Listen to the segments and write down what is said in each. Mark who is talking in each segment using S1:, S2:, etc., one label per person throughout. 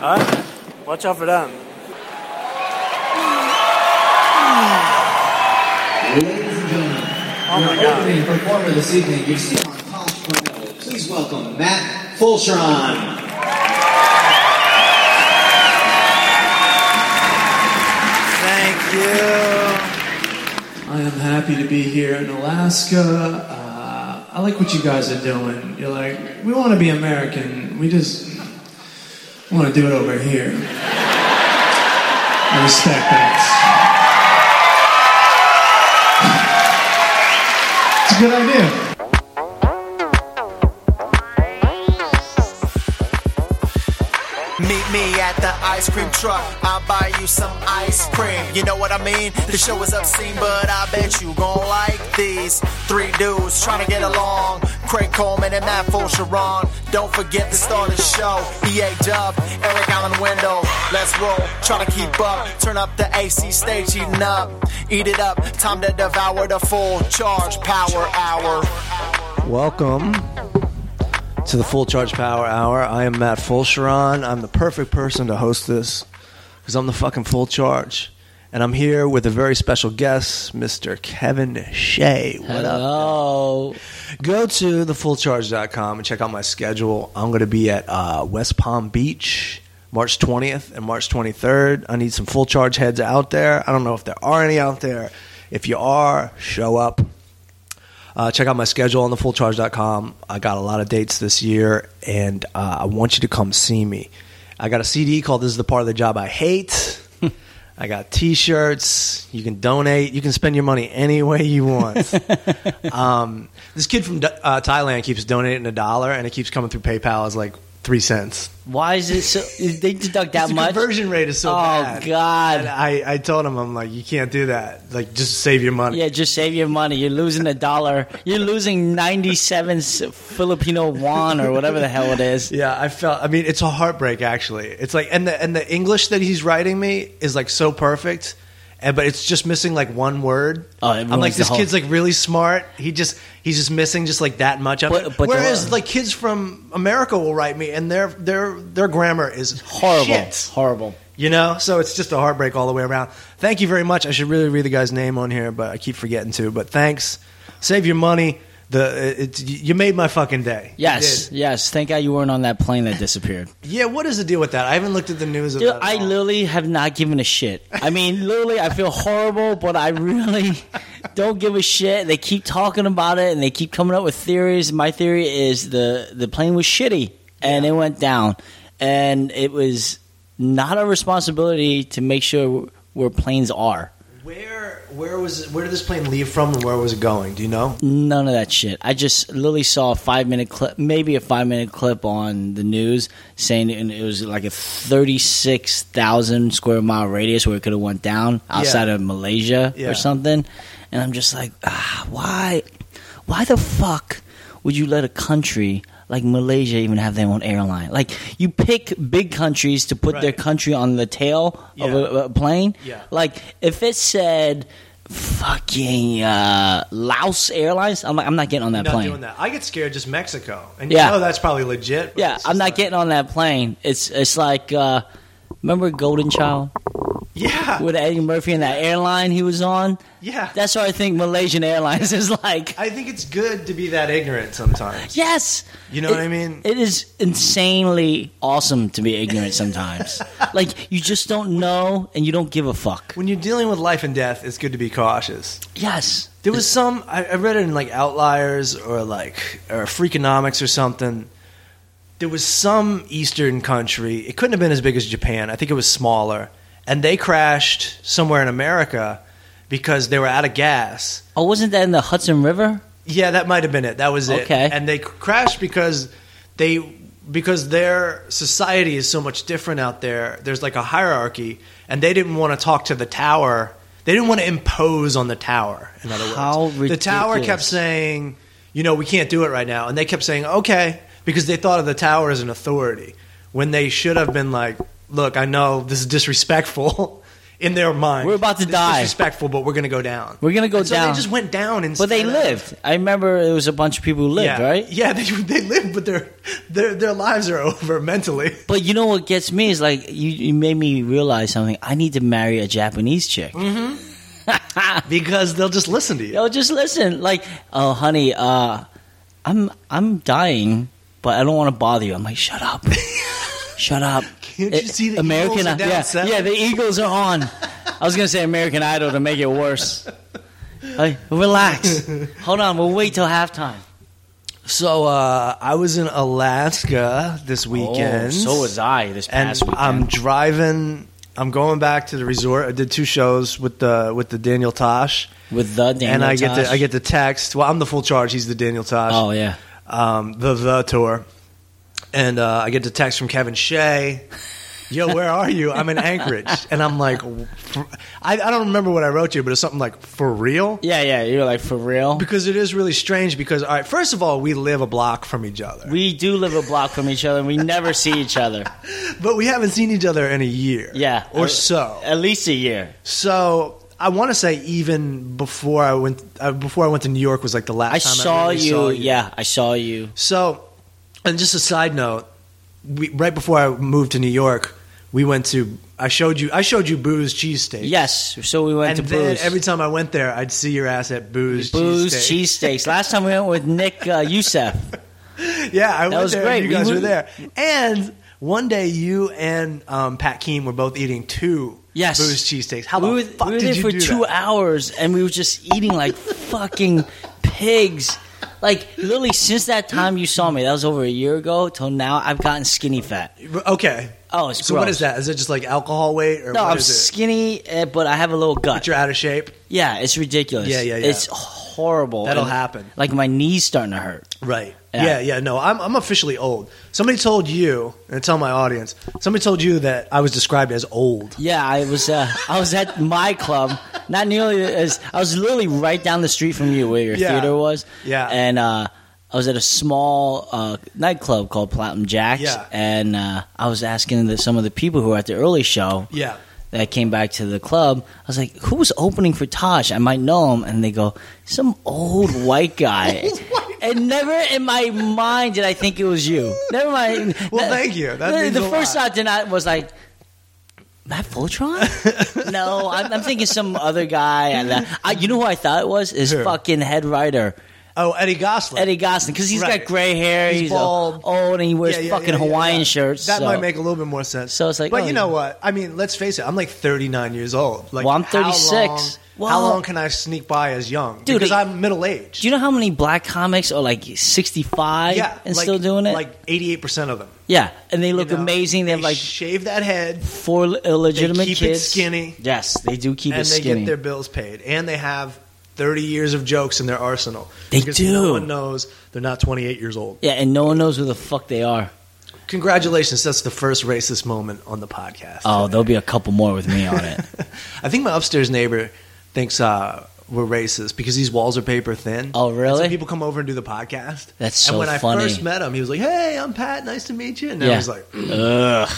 S1: Huh? Watch out for them.
S2: Ladies and gentlemen,
S1: Oh my
S2: our
S1: God.
S2: opening performer this evening, you've seen him on College Cornell. Please welcome Matt Fulcheron.
S3: Thank you. I am happy to be here in Alaska. Uh, I like what you guys are doing. You're like, we want to be American. We just want to do it over here. I respect that. It's a good idea.
S4: Meet me at the ice cream truck. I'll buy you some ice cream. You know what I mean? The show is obscene, but I bet you gon' like these three dudes trying to get along. Craig Coleman and Matt Fulcheron. Don't forget to start the show. EA Dub, Eric Allen Window. Let's roll. Try to keep up. Turn up the AC stage, heating up. Eat it up. Time to devour the full charge power hour.
S3: Welcome to the Full Charge Power Hour. I am Matt Fulcheron. I'm the perfect person to host this because I'm the fucking full charge. And I'm here with a very special guest, Mr. Kevin Shea. What
S5: Hello.
S3: up? Go to thefullcharge.com and check out my schedule. I'm going to be at uh, West Palm Beach March 20th and March 23rd. I need some full charge heads out there. I don't know if there are any out there. If you are, show up. Uh, check out my schedule on thefullcharge.com. I got a lot of dates this year, and uh, I want you to come see me. I got a CD called "This Is the Part of the Job I Hate." I got T-shirts. You can donate. You can spend your money any way you want. um, this kid from uh, Thailand keeps donating a dollar, and it keeps coming through PayPal as like three cents.
S5: Why is it so? They deduct that
S3: the
S5: much.
S3: conversion rate is so
S5: oh
S3: bad. And
S5: God.
S3: I, I told him, I'm like, you can't do that. Like, just save your money.
S5: Yeah, just save your money. You're losing a dollar. You're losing ninety-seven s- Filipino won or whatever the hell it is.
S3: Yeah, I felt. I mean, it's a heartbreak. Actually, it's like, and the and the English that he's writing me is like so perfect, and but it's just missing like one word.
S5: Oh, it
S3: I'm
S5: ruins
S3: like,
S5: the
S3: this
S5: whole-
S3: kid's like really smart. He just he's just missing just like that much of
S5: But-
S3: it.
S5: but the-
S3: Whereas like kids from America will write me, and their their their grammar is
S5: Horrible.
S3: shit,
S5: Horrible.
S3: You know, so it's just a heartbreak all the way around. Thank you very much. I should really read the guy's name on here, but I keep forgetting to. But thanks. Save your money. The it's you made my fucking day. You
S5: Yes.
S3: did.
S5: Yes. Thank God you weren't on that plane that disappeared.
S3: Yeah, what is the deal with that? I haven't looked at the news. of
S5: Dude,
S3: that at
S5: I
S3: all.
S5: literally have not given a shit. I mean, literally, I feel horrible, but I really don't give a shit. They keep talking about it and they keep coming up with theories. My theory is the the plane was shitty and it went down, and it was not our responsibility to make sure where planes are.
S3: where where was where did this plane leave from and where was it going? Do you know?
S5: None of that shit. I just literally saw a five minute clip, maybe a five minute clip on the news saying and it was like a thirty six thousand square mile radius where it could have went down outside of Malaysia
S3: Yeah.
S5: or something. And I'm just like, ah, why, why the fuck would you let a country like Malaysia even have their own airline? Like you pick big countries to put their
S3: Right.
S5: country on the tail of a,
S3: Yeah.
S5: a plane.
S3: Yeah.
S5: Like if it said fucking uh, Laos Airlines, I'm like I'm not getting on that
S3: Not
S5: plane.
S3: doing that. I get scared just Mexico, and
S5: Yeah.
S3: you know that's probably legit. but
S5: Yeah,
S3: it's
S5: I'm
S3: just
S5: not
S3: like-
S5: getting on that plane. It's it's like uh, remember Golden Child
S3: Yeah,
S5: with Eddie Murphy and that airline he was on.
S3: yeah.
S5: That's what I think Malaysian Airlines is like.
S3: I think it's good to be that ignorant sometimes.
S5: Yes.
S3: You know
S5: It-
S3: what I mean?
S5: It is insanely awesome to be ignorant sometimes. like you just don't know and you don't give a fuck.
S3: When you're dealing with life and death, it's good to be cautious.
S5: Yes.
S3: There was some I, I read it in like Outliers or like or Freakonomics or something. There was some Eastern country. It couldn't have been as big as Japan. I think it was smaller, and they crashed somewhere in America because they were out of gas.
S5: Oh, wasn't that in the Hudson River?
S3: Yeah, that might have been it. That was it.
S5: Okay.
S3: And they crashed because they because their society is so much different out there. There's like a hierarchy, and they didn't want to talk to the tower. They didn't want to impose on the tower. In other words,
S5: How
S3: the tower kept
S5: ridiculous.
S3: saying, "You know, we can't do it right now," and they kept saying, "Okay," because they thought of the tower as an authority when they should have been like, "Look, I know this is disrespectful." In their mind,
S5: We're about to
S3: This is
S5: die.
S3: Disrespectful, but we're going to go down.
S5: We're gonna go
S3: And so
S5: down.
S3: They just went down, and
S5: But they lived. I remember it was a bunch of people who lived,
S3: yeah.
S5: right?
S3: Yeah, they, they lived, but their their their lives are over mentally.
S5: But you know what gets me is like you, you made me realize something. I need to marry a Japanese chick.
S3: because they'll just listen to you.
S5: Yo, just listen. Like, oh, honey, uh, I'm I'm dying, but I don't want to bother you. I'm like, shut up, shut up.
S3: Can't you
S5: It-
S3: see the Eagles are down
S5: yeah,
S3: seven?
S5: yeah, the Eagles are on. I was gonna say American Idol to make it worse. Like, relax. Hold on, we'll wait till halftime.
S3: So uh, I was in Alaska this weekend.
S5: Oh, so was I this
S3: and
S5: past weekend.
S3: I'm driving. I'm going back to the resort. I did two shows with the with the Daniel Tosh,
S5: with the Daniel
S3: and I get
S5: Tosh.
S3: the I get the text. Well, I'm the full charge. He's the Daniel Tosh.
S5: Oh yeah.
S3: um, the the tour, and uh, I get the text from Kevin Shea. Yo, where are you? I'm in Anchorage, and I'm like, for, I, I don't remember what I wrote to you, but it's something like for real.
S5: Yeah, yeah. You're like for real.
S3: Because it is really strange. Because all right, first of all, we live a block from each other,
S5: We do live a block from each other, and we never see each other.
S3: but we haven't seen each other in a year,
S5: Yeah,
S3: or
S5: Uh,
S3: so.
S5: At least a year.
S3: So I want to say even before I went uh, before I went to New York was like the last
S5: I
S3: time I
S5: saw,
S3: really
S5: you,
S3: saw you.
S5: Yeah, I saw you.
S3: So, and just a side note, we, right before I moved to New York, we went to I showed you I showed you Booze cheesesteak.
S5: Yes. So we went
S3: and
S5: to
S3: then
S5: Booze.
S3: every time I went there, I'd see your ass at Booze,
S5: Booze
S3: cheesesteak.
S5: cheesesteaks. Last time we went with Nick uh, Youssef.
S3: Yeah, I went
S5: was
S3: there.
S5: great.
S3: You
S5: We
S3: guys were
S5: went-
S3: there, and. One day, you and um, Pat Keem were both eating two
S5: Yes.
S3: booze cheesesteaks. How
S5: we
S3: the
S5: were,
S3: fuck
S5: we were
S3: did
S5: there
S3: you
S5: for
S3: do
S5: two
S3: that?
S5: hours, and we were just eating like fucking pigs. Like literally, since that time you saw me, that was over a year ago. Till now, I've gotten skinny fat.
S3: Okay,
S5: Oh, it's
S3: so what
S5: gross.
S3: is that? Is it just like alcohol weight, or
S5: No,
S3: what
S5: I'm
S3: is it?
S5: skinny, uh, but I have a little gut.
S3: You're out of shape,
S5: Yeah, it's ridiculous.
S3: Yeah, yeah, yeah.
S5: It's horrible.
S3: That'll
S5: And,
S3: happen.
S5: Like my knees starting to hurt.
S3: right? Yeah,
S5: Yeah.
S3: yeah. no, I'm I'm officially old. Somebody told you, and tell my audience. Somebody told you that I was described as old.
S5: Yeah, I was uh, I was at my club, not nearly as I was literally right down the street from you where your
S3: Yeah.
S5: theater was.
S3: Yeah.
S5: and uh, I was at a small uh, nightclub called Platinum Jacks,
S3: Yeah.
S5: and uh, I was asking the, some of the people who were at the early show
S3: Yeah,
S5: that came back to the club. I was like, "Who was opening for Tosh? I might know him." And they go, "Some old white guy." And never in my mind did I think it was you. Never mind.
S3: Well,
S5: That-
S3: thank you. That
S5: the-
S3: means
S5: the
S3: a
S5: first
S3: lot.
S5: thought did not was like. Matt Fultron? no, I'm, I'm thinking some other guy. And uh, I, you know who I thought it was? Is
S3: Who?
S5: fucking head writer
S3: Oh, Eddie Gosling.
S5: Eddie Gosling because he's
S3: Right.
S5: got gray hair,
S3: He's
S5: he's, uh,
S3: bald.
S5: old, and he wears
S3: Yeah, yeah,
S5: fucking
S3: yeah, yeah,
S5: Hawaiian
S3: yeah.
S5: shirts.
S3: That
S5: so-
S3: might make a little bit more sense.
S5: So it's like,
S3: but
S5: oh,
S3: you know
S5: yeah.
S3: what? I mean, let's face it. I'm like 39 years old. Like,
S5: Well, I'm
S3: how
S5: 36.
S3: long- How long,
S5: Well-
S3: can I sneak by as young?
S5: Dude,
S3: because
S5: it-
S3: I'm middle aged.
S5: Do you know how many black comics are like 65
S3: yeah,
S5: and
S3: like-
S5: still doing it?
S3: Like 88 percent of them
S5: yeah, and they look
S3: you know?
S5: amazing. They have like
S3: shave that head.
S5: four illegitimate
S3: keep it
S5: kids.
S3: skinny.
S5: Yes, they do keep
S3: and
S5: it
S3: they
S5: skinny.
S3: get their bills paid, and they have thirty years of jokes in their arsenal.
S5: They
S3: because
S5: do.
S3: No one knows they're not twenty-eight years old.
S5: yeah, and no one knows who the fuck they are.
S3: Congratulations, that's the first racist moment on the podcast.
S5: Oh, there'll be a couple more with me on it.
S3: I think my upstairs neighbor thinks uh, we're racist because these walls are paper thin.
S5: Oh,
S3: And
S5: really?
S3: so people come over and do the podcast.
S5: That's
S3: And
S5: so
S3: when I
S5: funny.
S3: first met him, he was like, "Hey, I'm Pat. Nice to meet you." And I
S5: Yeah.
S3: was like,
S5: Ugh.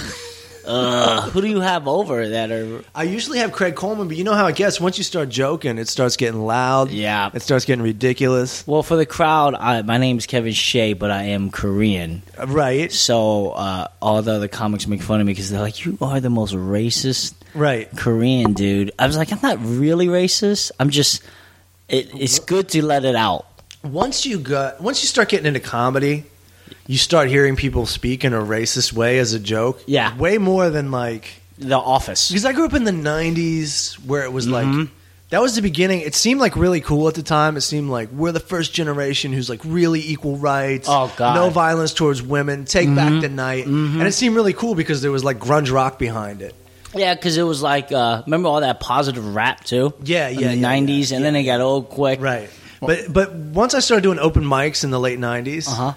S5: Ugh. Who do you have over that are?
S3: "I usually have Craig Coleman, but you know how it gets. Once you start joking, it starts getting loud.
S5: Yeah.
S3: it starts getting ridiculous.
S5: Well, for the crowd, I, my name's Kevin Shea, but I am Korean.
S3: Right,
S5: So uh, all the other comics make fun of me because they're like, "You are the most racist
S3: right.
S5: Korean dude. I was like, I'm not really racist. I'm just. It, it's good to let it out.
S3: once you got once you start getting into comedy, you start hearing people speak in a racist way as a joke.
S5: Yeah.
S3: way more than like
S5: The Office.
S3: because I grew up in the '90s where it was like that was the beginning. It seemed like really cool at the time. It seemed like we're the first generation who's like really equal rights.
S5: Oh, God.
S3: no violence towards women. Take back the night, and it seemed really cool because there was like grunge rock behind it.
S5: Yeah, because it was like, uh, remember all that positive rap too?
S3: Yeah, yeah,
S5: In the
S3: yeah,
S5: 90s, and then it got old quick.
S3: Right. But but once I started doing open mics in the late '90s,
S5: Uh-huh.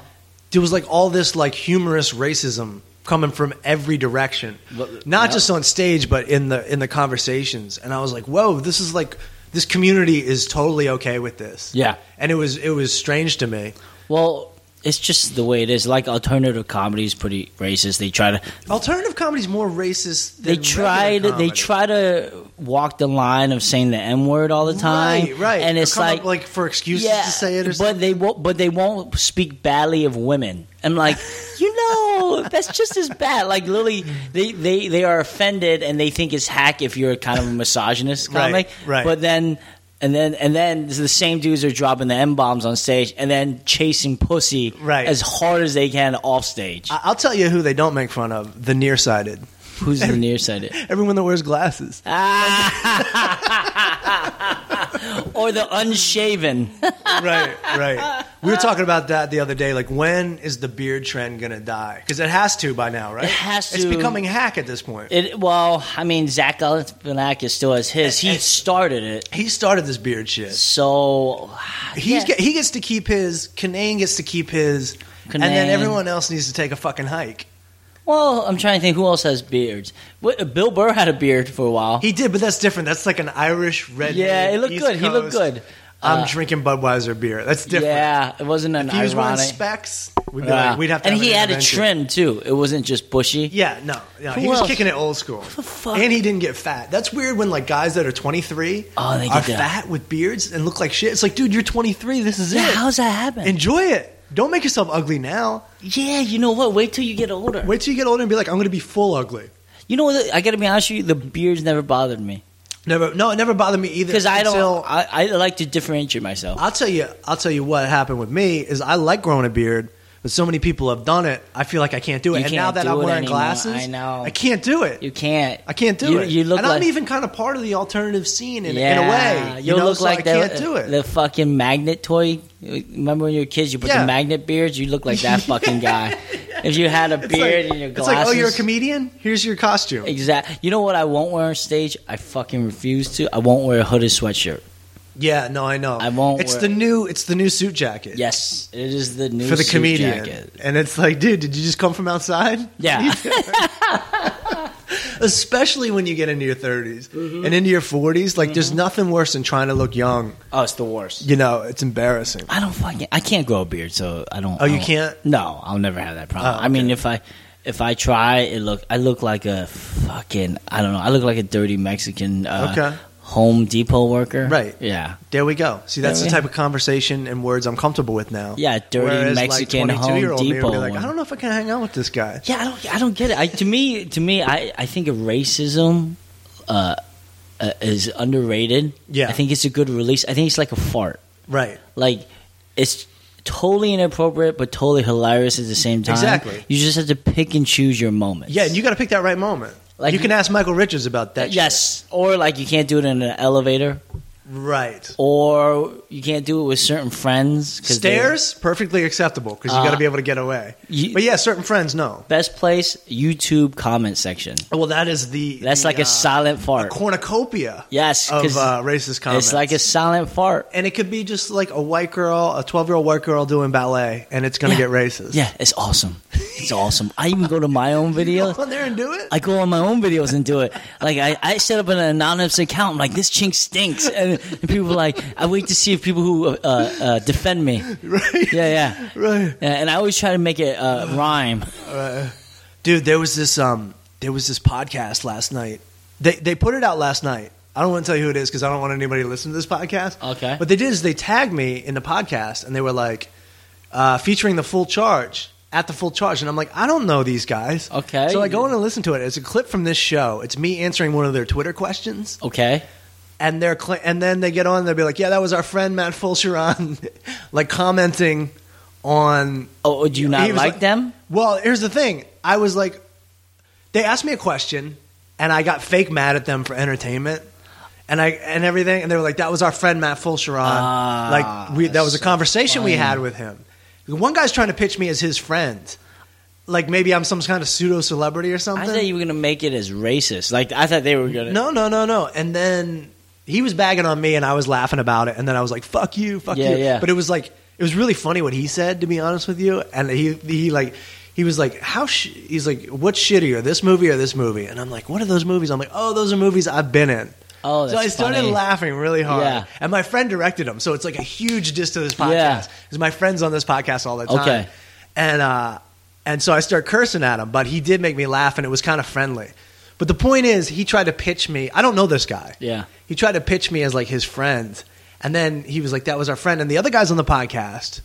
S3: there was like all this like humorous racism coming from every direction,
S5: But-
S3: not
S5: yeah.
S3: just on stage, but in the in the conversations. And I was like, whoa, this is like this community is totally okay with this.
S5: Yeah.
S3: and it was it was strange to me.
S5: Well, it's just the way it is. Like, alternative comedy is pretty racist. They try to.
S3: Alternative comedy's more racist. Than
S5: They try
S3: regular
S5: to. They
S3: comedy.
S5: try to walk the line of saying the N word all the time,
S3: Right, right.
S5: And
S3: Or
S5: it's
S3: come up,
S5: like,
S3: like, for excuses to say it or
S5: but
S3: something.
S5: they won't. But they won't speak badly of women. I'm like, you know, that's just as bad. Like literally, they they they are offended and they think it's hack if you're kind of a misogynist
S3: Right,
S5: comic,
S3: right.
S5: But then. And then, and then the same dudes are dropping the M bombs on stage, and then chasing pussy
S3: Right.
S5: as hard as they can off stage.
S3: I- I'll tell you who they don't make fun of: the nearsighted,
S5: Who's the nearsighted?
S3: everyone that wears glasses.
S5: or the unshaven.
S3: right, right. We were talking about that the other day. Like, when is the beard trend gonna die? Because it has to by now, right?
S5: It has
S3: It's
S5: to.
S3: becoming hack at this point.
S5: It, well, I mean, Zach Galifianakis still has his. He started it,
S3: he started this beard shit.
S5: so
S3: He's
S5: yeah.
S3: get, he gets to keep his. Canaan gets to keep his. And
S5: Canaan.
S3: then everyone else needs to take a fucking hike.
S5: well. I'm trying to think who else has beards. What, Bill Burr had a beard for a while.
S3: He did, but that's different. That's like an Irish red.
S5: yeah, it looked
S3: East
S5: good. He looked
S3: Coast,
S5: good.
S3: I'm
S5: Uh,
S3: drinking Budweiser beer. That's different.
S5: Yeah, it wasn't an
S3: If he was wearing
S5: ironic.
S3: specs, we'd, be
S5: Yeah.
S3: like, we'd have to.
S5: and
S3: have
S5: he
S3: an
S5: had it
S3: intervention.
S5: trimmed too. It wasn't just bushy.
S3: Yeah, no, no.
S5: Who
S3: he was
S5: else?
S3: kicking it old school,
S5: fuck?
S3: and he didn't get fat. That's weird when like guys that are 23
S5: Oh, they get
S3: are
S5: that.
S3: fat with beards and look like shit. It's like, dude, you're 23. This is
S5: Yeah,
S3: it.
S5: how's that happen?
S3: Enjoy it. Don't make yourself ugly now.
S5: yeah, you know what? Wait till you get older.
S3: Wait till you get older and be like, I'm going to be full ugly.
S5: You know what? I got to be honest with you. The beards never bothered me
S3: Never, no, it never bothered me either.
S5: because I don't.
S3: until-
S5: I, I like to differentiate myself.
S3: I'll tell you. I'll tell you what happened with me is I like growing a beard, but so many people have done it. I feel like I can't do it.
S5: You
S3: and
S5: can't
S3: now that
S5: do
S3: I'm
S5: it
S3: wearing
S5: anymore.
S3: glasses,
S5: I know.
S3: I can't do it.
S5: you can't.
S3: I can't do
S5: you,
S3: it.
S5: You look
S3: and
S5: like
S3: I'm even kind of part of the alternative scene in, in a way. You
S5: You'll
S3: know,
S5: look
S3: so
S5: like
S3: I
S5: the,
S3: can't do it.
S5: the fucking magnet toy. Remember when you were kids, you put
S3: Yeah.
S5: the magnet beards? You look like that fucking guy. If you had a
S3: It's
S5: beard
S3: like,
S5: and your
S3: it's
S5: glasses.
S3: like, oh, you're a comedian. Here's your costume.
S5: Exact. You know what I won't wear on stage? I fucking refuse to. I won't wear a hooded sweatshirt.
S3: Yeah, no, I know.
S5: I won't
S3: It's
S5: wear-
S3: the new. It's the new suit jacket.
S5: Yes, it is the new
S3: for the
S5: suit
S3: comedian.
S5: jacket.
S3: And it's like, dude, did you just come from outside?
S5: Yeah.
S3: Especially when you get into your 30s
S5: Mm-hmm.
S3: and into your 40s, like there's nothing worse than trying to look young.
S5: oh, it's the worst.
S3: You know, it's embarrassing.
S5: I don't fucking. I can't grow a beard, so I don't.
S3: Oh, you
S5: I don't-
S3: can't?
S5: No, I'll never have that problem.
S3: Oh,
S5: I mean, if I if I try, it look I look like a fucking I don't know. I look like a dirty Mexican uh,
S3: Okay.
S5: Home Depot worker.
S3: Right.
S5: Yeah.
S3: There we go. See, that's
S5: There
S3: the
S5: we
S3: type of conversation and words I'm comfortable with now.
S5: Yeah, dirty Mexican Home
S3: 22-year-old me would be
S5: Depot
S3: Like,
S5: one.
S3: I don't know if I can hang out with this guy.
S5: Yeah. I don't. I don't get it. I, to me, to me, I I think of racism. Uh, uh, is underrated.
S3: Yeah.
S5: I think it's a good release. I think it's like a fart.
S3: Right.
S5: like it's totally inappropriate but totally hilarious at the same time.
S3: Exactly.
S5: You just have to pick and choose your moments.
S3: Yeah, and you got to pick that right moment.
S5: Like-
S3: you can ask Michael Richards about that. shit.
S5: yes, or like you can't do it in an elevator,
S3: Right.
S5: or you can't do it with certain friends. 'cause they're-
S3: Stairs, perfectly acceptable because you
S5: Uh,
S3: got to be able to get away.
S5: you-
S3: but yeah, certain friends, no.
S5: Best place YouTube comment section.
S3: Well, that is the.
S5: That's
S3: the,
S5: like
S3: uh,
S5: a silent
S3: a
S5: fart.
S3: cornucopia
S5: yes,
S3: of
S5: 'cause
S3: uh, racist comments.
S5: it's like a silent fart.
S3: And it could be just like a white girl, a 12 year old white girl doing ballet, and it's going to
S5: Yeah.
S3: get racist.
S5: Yeah, it's awesome. It's awesome. I even go to my own videos.
S3: Go on there and do it.
S5: I go on my own videos and do it. Like I, I set up an anonymous account. I'm like, this chink stinks, and, and people are like, I wait to see if people who uh, uh, defend me.
S3: right.
S5: Yeah, yeah,
S3: Right.
S5: yeah. And I always try to make it uh, rhyme.
S3: Dude, there was this um there was this podcast last night. They they put it out last night. I don't want to tell you who it is because I don't want anybody to listen to this podcast.
S5: Okay.
S3: What they did is they tagged me in the podcast and they were like uh, featuring the full charge at the full charge and I'm like I don't know these guys.
S5: Okay.
S3: So I go in and listen to it. It's a clip from this show. It's me answering one of their Twitter questions
S5: Okay.
S3: and they're cl- and then they get on and they'll be like yeah that was our friend Matt Fulcheron like commenting on
S5: Oh, do you not
S3: He
S5: like,
S3: was like-
S5: them?
S3: well, here's the thing. I was like, they asked me a question, and I got fake mad at them for entertainment, and I and everything. And they were like, "That was our friend Matt Fulcheron.
S5: Ah,
S3: like we, that was a
S5: so
S3: conversation we
S5: funny.
S3: had with him. One guy's trying to pitch me as his friend, like maybe I'm some kind of pseudo celebrity or
S5: I
S3: something.
S5: thought you were gonna make it as racist. Like I thought they were gonna.
S3: no, no, no, no. And then he was bagging on me, and I was laughing about it. And then I was like, "Fuck you, fuck
S5: Yeah,
S3: you."
S5: yeah.
S3: But it was like it was really funny what he said, to be honest with you. And he he like he was like, "How?" Sh-? He's like, "What's shittier, this movie or this movie?" And I'm like, "What are those movies?" I'm like, "Oh, those are movies I've been in."
S5: Oh,
S3: so I
S5: that's
S3: started
S5: funny.
S3: laughing really hard,
S5: Yeah.
S3: and my friend directed him. So it's like a huge diss to this podcast
S5: Yeah.
S3: because my friend's on this podcast all the time.
S5: Okay.
S3: and uh, and so I start cursing at him, but he did make me laugh, and it was kind of friendly. But the point is, he tried to pitch me. I don't know this guy.
S5: Yeah.
S3: He tried to pitch me as like his friend. And then he was like, that was our friend. And the other guys on the podcast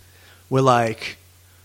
S3: were like,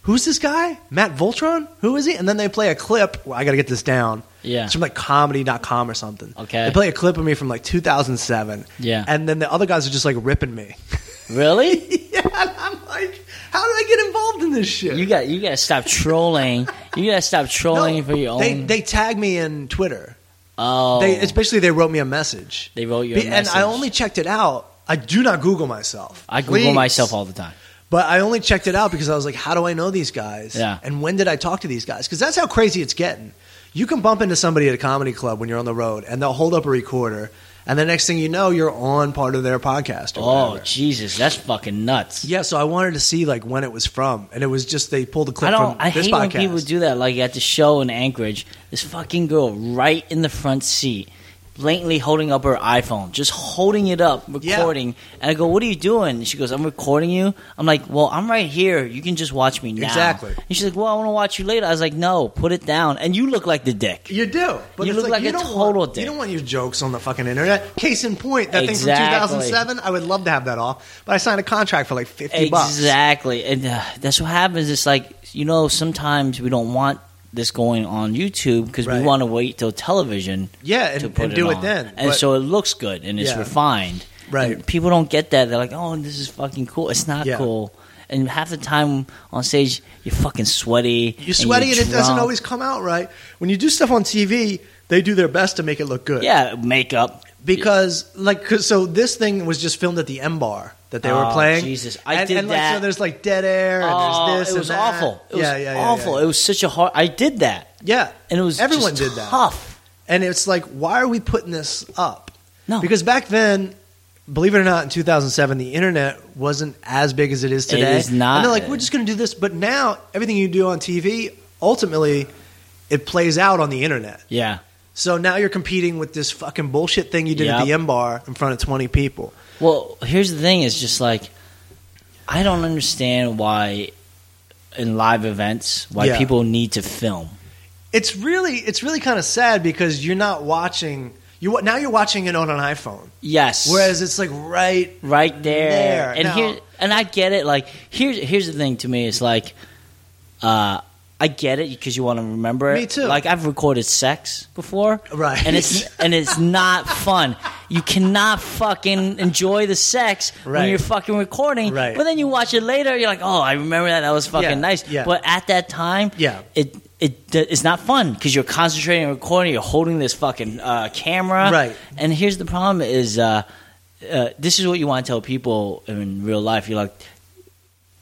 S3: who's this guy? Matt Voltron? Who is he? And then they play a clip. Well, I got to get this down.
S5: Yeah.
S3: It's from like comedy.com or something.
S5: Okay.
S3: They play a clip of me from like 2007.
S5: Yeah.
S3: And then the other guys are just like ripping me.
S5: Really?
S3: yeah. And I'm like, how did I get involved in this shit?
S5: You got you got to stop trolling. You got to stop trolling for your own.
S3: They, they tag me in Twitter.
S5: oh,
S3: They, it's basically they wrote me a message.
S5: They wrote you a
S3: Be- And I
S5: message.
S3: only checked it out. I do not Google myself.
S5: I Google
S3: Please.
S5: myself all the time.
S3: But I only checked it out because I was like, how do I know these guys?
S5: Yeah.
S3: And when did I talk to these guys? Because that's how crazy it's getting. You can bump into somebody at a comedy club when you're on the road and they'll hold up a recorder. And the next thing you know, you're on part of their podcast. Or
S5: Oh
S3: whatever.
S5: Jesus, that's fucking nuts.
S3: yeah. So I wanted to see like when it was from. And it was just they pulled a clip
S5: I don't.
S3: from
S5: I
S3: this
S5: hate when
S3: podcast.
S5: people do that. Like at the show in Anchorage, this fucking girl right in the front seat, blatantly holding up her iPhone, just holding it up,
S3: Yeah.
S5: recording. And I go, "What are you doing?" And she goes, "I'm recording you." I'm like, "Well, I'm right here. You can just watch me now."
S3: Exactly.
S5: And she's like, "Well, I want to watch you later." I was like, "No, put it down." And you look like the dick.
S3: You do, but
S5: You
S3: it's
S5: look like
S3: you
S5: a
S3: don't
S5: total
S3: want,
S5: dick.
S3: You don't want your jokes on the fucking internet. Case in point, that
S5: Exactly.
S3: thing from 2007. I would love to have that off, but I signed a contract for like fifty bucks.
S5: Exactly, and uh, that's what happens. It's like you know, sometimes we don't want this going on YouTube because
S3: Right.
S5: we want to wait till television.
S3: Yeah,
S5: to
S3: and,
S5: put
S3: and do it
S5: on.
S3: then.
S5: and
S3: But-
S5: so it looks good and it's
S3: Yeah.
S5: refined.
S3: Right.
S5: And people don't get that. They're like, "Oh, this is fucking cool." It's not
S3: Yeah.
S5: cool. And half the time on stage, you're fucking sweaty.
S3: you're sweaty, and,
S5: you're
S3: it doesn't
S5: drunk.
S3: always come out right. When you do stuff on TV, they do their best to make it look good.
S5: Yeah, makeup.
S3: because like 'cause- so this thing was just filmed at the M Bar that they were
S5: Oh,
S3: playing.
S5: Jesus. I
S3: and,
S5: did
S3: and, like,
S5: that.
S3: So there's like dead air. And
S5: Oh,
S3: there's this.
S5: it was
S3: and that.
S5: awful. It was
S3: yeah, yeah, yeah,
S5: awful.
S3: Yeah.
S5: It was such a hard. I did that,
S3: yeah,
S5: and it was
S3: everyone did
S5: just
S3: that.
S5: Tough.
S3: And it's like, why are we putting this up?
S5: No,
S3: Because back then, believe it or not, in 2007, the internet wasn't as big as it is
S5: It
S3: today.
S5: is not.
S3: And they're like, we're just going to do this. But now, everything you do on TV, ultimately, it plays out on the internet.
S5: yeah,
S3: So now you're competing with this fucking bullshit thing you did at
S5: Yep.
S3: the M Bar in front of 20 people.
S5: Well, here's the thing: is just like I don't understand why in live events why
S3: Yeah.
S5: people need to film.
S3: It's really, it's really kind of sad because you're not watching. You wa- now you're watching it on an iPhone,
S5: Yes,
S3: whereas it's like right.
S5: right there,
S3: There,
S5: and
S3: now-
S5: here, and I get it. Like here's here's the thing to me: it's like uh, I get it because you want to remember it.
S3: Me too.
S5: Like I've recorded sex before,
S3: Right.
S5: And it's and it's not fun. You cannot fucking enjoy the sex
S3: Right.
S5: when you're fucking recording.
S3: Right.
S5: But then you watch it later, you're like, oh, I remember that. That was fucking
S3: Yeah,
S5: nice.
S3: yeah.
S5: But at that time,
S3: Yeah.
S5: it. It, it's not fun because you're concentrating on recording. You're holding this fucking uh, camera,
S3: Right.
S5: And here's the problem: is uh, uh, this is what you want to tell people in real life. You're like,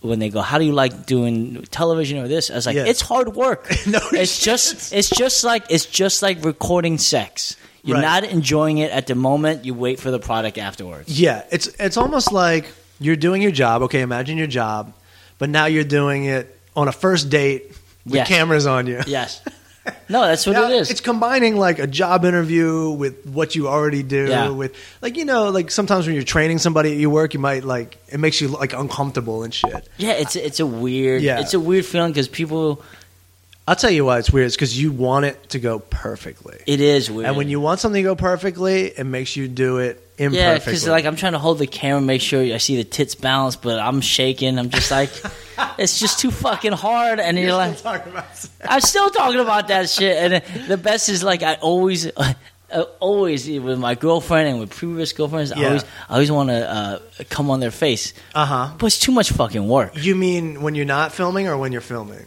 S5: when they go, "How do you like doing television or this?" I was like,
S3: Yeah.
S5: "It's hard work.
S3: No
S5: it's
S3: shit.
S5: just, it's just like, it's just like recording sex. You're
S3: Right.
S5: not enjoying it at the moment. You wait for the product afterwards.
S3: Yeah, it's it's almost like you're doing your job. Okay, imagine your job, but now you're doing it on a first date with
S5: Yes.
S3: cameras on you.
S5: Yes. No, that's what
S3: Now,
S5: it is.
S3: It's combining like a job interview with what you already do.
S5: Yeah.
S3: With like you know, like sometimes when you're training somebody at your work, you might like it makes you like uncomfortable and shit.
S5: yeah, it's it's a weird,
S3: Yeah.
S5: it's a weird feeling because people,
S3: I'll tell you why it's weird. It's because you want it to go perfectly,
S5: it is weird.
S3: and when you want something to go perfectly, it makes you do it imperfectly.
S5: yeah, because like I'm trying to hold the camera, make sure I see the tits bounce, but I'm shaking. I'm just like, it's just too fucking hard. And you're like,
S3: talking about.
S5: I'm still talking about that shit. And uh, the best is like I always, I always eh, with my girlfriend and with previous girlfriends, I
S3: Yeah.
S5: always, I always want to uh, come on their face.
S3: Uh huh.
S5: But it's too much fucking work.
S3: You mean when you're not filming or when you're filming?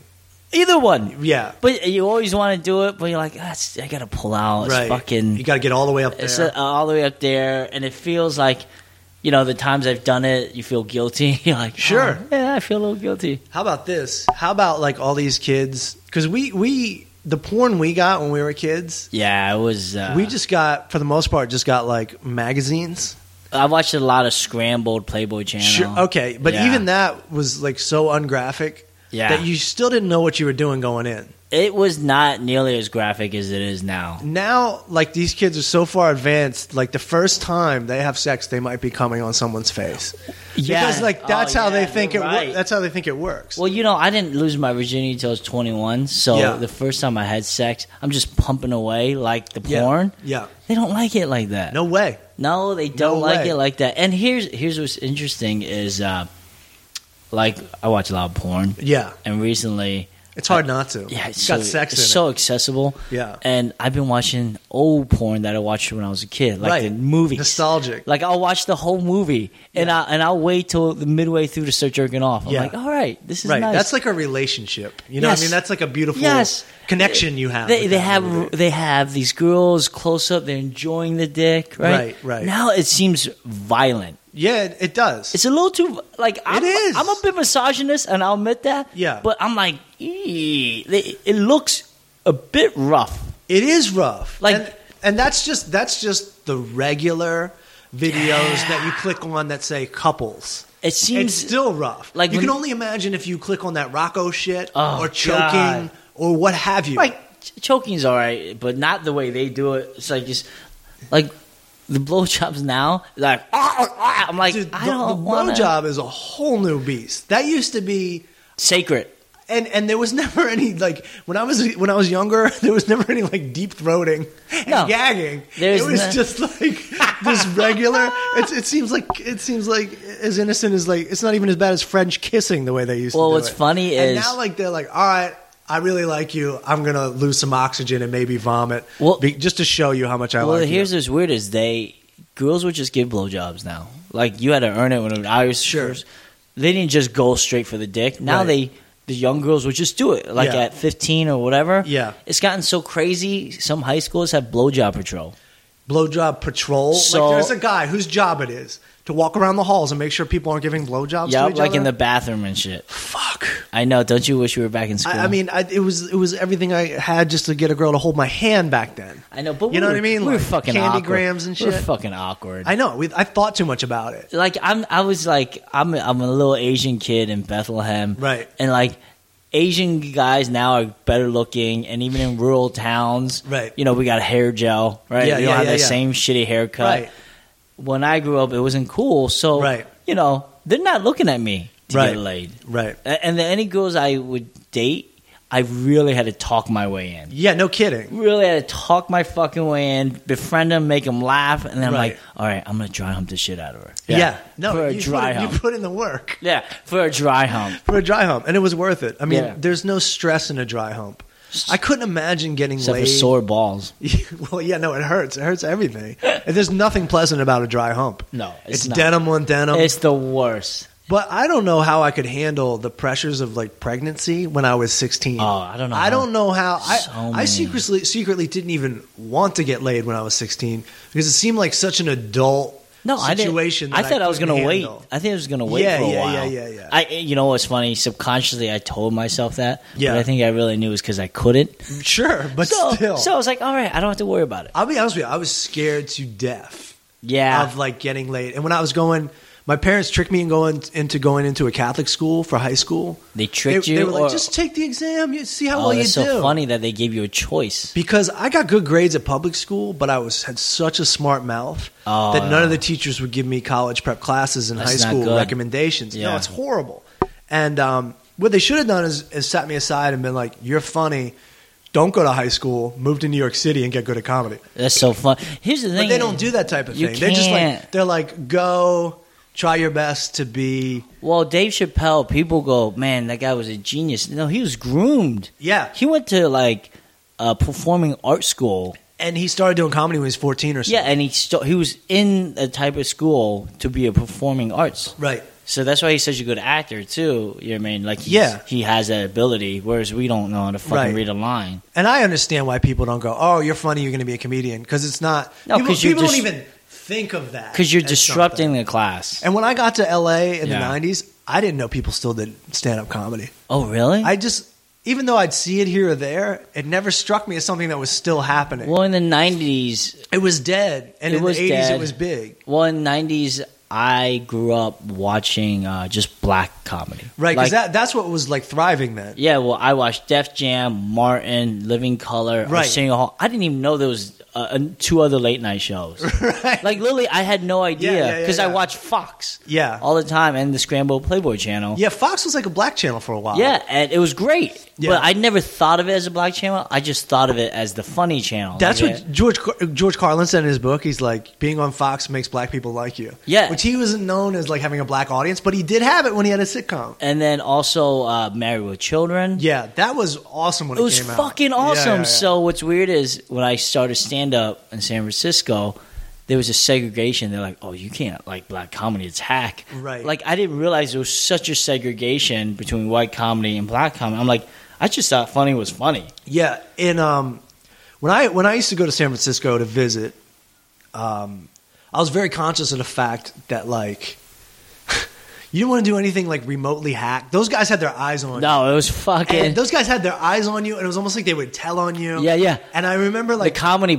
S5: Either one.
S3: Yeah.
S5: But you always want to do it, but you're like, ah, it's- I gotta pull out. It's fucking.
S3: You got to get all the way up there.
S5: It's uh, all the way up there, and it feels like, you know, the times I've done it, you feel guilty. You're like,
S3: Sure.
S5: "Oh, yeah, I feel a little guilty.
S3: How about this? How about like all these kids? Because we we the porn we got when we were kids,
S5: Yeah, it was. Uh,
S3: we just got for the most part just got like magazines.
S5: I watched a lot of scrambled Playboy Channel.
S3: Sure, okay, but
S5: Yeah.
S3: even that was like so ungraphic.
S5: Yeah.
S3: that you still didn't know what you were doing going in.
S5: It was not nearly as graphic as it is now.
S3: Now, like these kids are so far advanced. Like the first time they have sex, they might be coming on someone's face. because like that's
S5: Oh,
S3: how
S5: yeah,
S3: they think it.
S5: you're
S3: wor-
S5: right.
S3: that's how they think it works.
S5: Well, you know, I didn't lose my virginity until I was 21. So
S3: Yeah.
S5: the first time I had sex, I'm just pumping away like the
S3: Yeah.
S5: porn.
S3: Yeah.
S5: They don't like it like that.
S3: No way.
S5: No, they don't
S3: No
S5: like
S3: way.
S5: it like that. And here's here's what's interesting is uh like I watch a lot of porn
S3: Yeah.
S5: and recently
S3: It's hard not to.
S5: yeah,
S3: it's
S5: it's
S3: got
S5: so,
S3: sex in
S5: it's so accessible.
S3: Yeah.
S5: And I've been watching old porn that I watched when I was a kid, like
S3: Right.
S5: the movies.
S3: Nostalgic.
S5: Like I'll watch the whole movie and I and I'll wait till the midway through to start jerking off. I'm
S3: Yeah.
S5: like, all right, this is
S3: right.
S5: nice.
S3: That's like a relationship. You know what I
S5: Yes.
S3: mean? That's like a beautiful
S5: Yes.
S3: connection you have.
S5: They,
S3: with
S5: they
S3: that
S5: have
S3: movie.
S5: they have these girls close up. They're enjoying the dick, right?
S3: Right, right.
S5: Now it seems violent.
S3: Yeah, it, it does.
S5: It's a little too like I'm,
S3: is.
S5: I'm a bit misogynist, and I'll admit that.
S3: Yeah.
S5: but I'm like, "Ee." They- it looks a bit rough.
S3: It is rough.
S5: Like-
S3: and, and that's just that's just the regular videos that you click on that say couples.
S5: It seems
S3: it's still rough.
S5: like
S3: Like you
S5: when-
S3: can only imagine if you click on that Rocco shit
S5: Oh,
S3: or choking
S5: God.
S3: or what have you.
S5: like ch- choking's all right, but not the way they do it. It's like just like the blowjobs now. Like "Ah, ah, ah." I'm like
S3: Dude, the,
S5: I
S3: the
S5: don't want to
S3: blowjob is a whole new beast. That used to be
S5: sacred.
S3: and and there was never any like when I was when I was younger, there was never any like deep throating and
S5: No.
S3: gagging.
S5: There's
S3: it was
S5: no-
S3: just like this regular. It's, it seems like it seems like as innocent as like it's not even as bad as French kissing the way they used to.
S5: Well,
S3: do
S5: what's
S3: it.
S5: funny
S3: and
S5: is-
S3: now like they're like, all right, I really like you. I'm gonna lose some oxygen and maybe vomit.
S5: Well-
S3: be, just to show you how much I
S5: Well,
S3: like
S5: here's
S3: you.
S5: what's weird is they girls would just give blowjobs now. Like you had to earn it when I was
S3: Sure.
S5: first. They didn't just go straight for the dick. Now
S3: Right.
S5: they the young girls would just do it, like
S3: Yeah.
S5: at 15 or whatever.
S3: Yeah.
S5: it's gotten so crazy. Some high schools have blowjob patrol.
S3: blowjob patrol.
S5: So-
S3: like there's a guy whose job it is to walk around the halls and make sure people aren't giving blowjobs.
S5: Yeah,
S3: to each
S5: like
S3: other.
S5: in the bathroom and shit.
S3: fuck.
S5: I know. Don't you wish you were back in school?
S3: I, I mean, I, it was it was everything I had just to get a girl to hold my hand back then.
S5: I know, but
S3: you know
S5: we
S3: what I
S5: were-
S3: mean?
S5: We were
S3: Like,
S5: fucking
S3: candy
S5: awkward.
S3: grams and
S5: We were
S3: shit.
S5: fucking awkward.
S3: I know. We, I thought too much about it.
S5: like I'm I was like I'm I'm a little Asian kid in Bethlehem.
S3: Right.
S5: And like Asian guys now are better looking and even in rural towns.
S3: Right.
S5: You know, we got hair gel, right?
S3: Yeah,
S5: you
S3: yeah,
S5: don't have
S3: yeah,
S5: that
S3: yeah.
S5: same shitty haircut.
S3: Right.
S5: When I grew up it wasn't cool. So
S3: Right.
S5: you know, they're not looking at me to
S3: Right.
S5: get laid.
S3: Right.
S5: A- And the, any girls I would date, I really had to talk my way in.
S3: Yeah. No kidding.
S5: Really had to talk my fucking way in, befriend them, make them laugh, and then I'm
S3: Right.
S5: like, all right, I'm gonna dry hump the shit out of her.
S3: Yeah. No.
S5: For a
S3: you,
S5: dry
S3: put, in-
S5: hump.
S3: you put in the work
S5: Yeah, for a dry hump.
S3: for a dry hump, and it was worth it. I mean,
S5: Yeah.
S3: there's no stress in a dry hump. I couldn't imagine getting
S5: Except
S3: laid.
S5: for sore balls.
S3: well, yeah, no, it hurts. It hurts everything. And there's nothing pleasant about a dry hump.
S5: No, it's
S3: it's,
S5: not.
S3: denim on denim.
S5: It's the worst.
S3: But I don't know how I could handle the pressures of like pregnancy when I was 16.
S5: Oh, I don't know
S3: I
S5: how-
S3: don't know how. I,
S5: So
S3: I
S5: many.
S3: secretly secretly didn't even want to get laid when I was 16 because it seemed like such an adult
S5: No,
S3: situation.
S5: I
S3: that
S5: didn't. I thought I, was
S3: couldn't
S5: gonna wait.
S3: handle.
S5: I think I was gonna wait
S3: Yeah,
S5: for a
S3: yeah,
S5: while.
S3: yeah, yeah, yeah.
S5: I, eh, you know what's funny? Subconsciously, I told myself that.
S3: Yeah.
S5: But I think I really knew it was because I couldn't.
S3: Sure, but
S5: so,
S3: still.
S5: so I was like, all right, I don't have to worry about it.
S3: I'll be honest with you. I was scared to death
S5: Yeah.
S3: of like getting laid. And when I was going, my parents tricked me in going into going into a Catholic school for high school.
S5: they tricked
S3: they,
S5: you.
S3: They were like,
S5: or-
S3: just take the exam. You see how
S5: oh,
S3: well you
S5: that's so
S3: do.
S5: funny that they gave you a choice.
S3: because I got good grades at public school, but I was had such a smart mouth
S5: Oh.
S3: that none of the teachers would give me college prep classes and high
S5: That's not
S3: school
S5: good.
S3: recommendations. No,
S5: Yeah.
S3: it's horrible. And um, what they should have done is, is sat me aside and been like, "You're funny. Don't go to high school. Move to New York City and get good at comedy."
S5: That's so fun. Here's the thing. eh,
S3: But they don't do that type of
S5: You
S3: thing. They're just like
S5: can't.
S3: they're like, "Go try your best to be."
S5: Well, Dave Chappelle, people go, man, that guy was a genius. No, he was groomed.
S3: Yeah.
S5: He went to like uh, performing art school.
S3: And he started doing comedy when he was 14 or so.
S5: Yeah, and he st- he was in a type of school to be a performing arts.
S3: Right.
S5: So that's why he's such a good actor too. You know what I mean? Like he's,
S3: Yeah.
S5: he has that ability, whereas we don't know how to fucking
S3: Right.
S5: read a line.
S3: And I understand why people don't go, "Oh, you're funny. You're going to be a comedian," because it's not.
S5: No,
S3: people,
S5: 'cause you're
S3: people don't
S5: dis-
S3: even think of that
S5: Because you're
S3: as
S5: disrupting
S3: something.
S5: the class.
S3: And when I got to LA in the
S5: Yeah.
S3: '90s, I didn't know people still did stand-up comedy.
S5: Oh really?
S3: I just, even though I'd see it here or there, it never struck me as something that was still happening.
S5: well, in the nineties,
S3: it was dead, and
S5: It
S3: in
S5: was
S3: the '80s,
S5: dead.
S3: it was big.
S5: well, in the nineties, I grew up watching uh, just black comedy.
S3: Right,
S5: Like,
S3: because that, that's what was like thriving then.
S5: yeah, well, I watched Def Jam, Martin, Living Color,
S3: Right.
S5: Arsenio Hall. I didn't even know there was uh, uh, two other late night shows.
S3: Right.
S5: Like literally, I had no
S3: Yeah,
S5: idea
S3: yeah, yeah,
S5: because
S3: yeah.
S5: I watched Fox
S3: Yeah.
S5: all the time and the Scramble Playboy channel.
S3: yeah, Fox was like a black channel for a while.
S5: Yeah, and it was great.
S3: Yeah.
S5: But I never thought of it as a black channel. I just thought of it as the funny channel.
S3: That's
S5: Like,
S3: what George Car- George Carlin said in his book. He's like, being on Fox makes black people like you.
S5: Yeah.
S3: which he wasn't known as like having a black audience, but he did have it when he had a sitcom.
S5: And then also uh, Married with Children.
S3: Yeah, that was awesome when
S5: it
S3: it,
S5: was
S3: came out.
S5: fucking
S3: Yeah,
S5: awesome.
S3: yeah, yeah.
S5: So what's weird is when I started stand up in San Francisco, there was a segregation. They're like, "Oh, you can't like black comedy; it's hack."
S3: Right.
S5: Like I didn't realize there was such a segregation between white comedy and black comedy. I'm like, I just thought funny was funny.
S3: Yeah, and um, when I when I used to go to San Francisco to visit, um, I was very conscious of the fact that like you didn't want to do anything like remotely hack. Those guys had their eyes on.
S5: No, it was
S3: you.
S5: fucking
S3: And those guys had their eyes on you, and it was almost like they would tell on you.
S5: yeah, yeah.
S3: And I remember like
S5: the comedy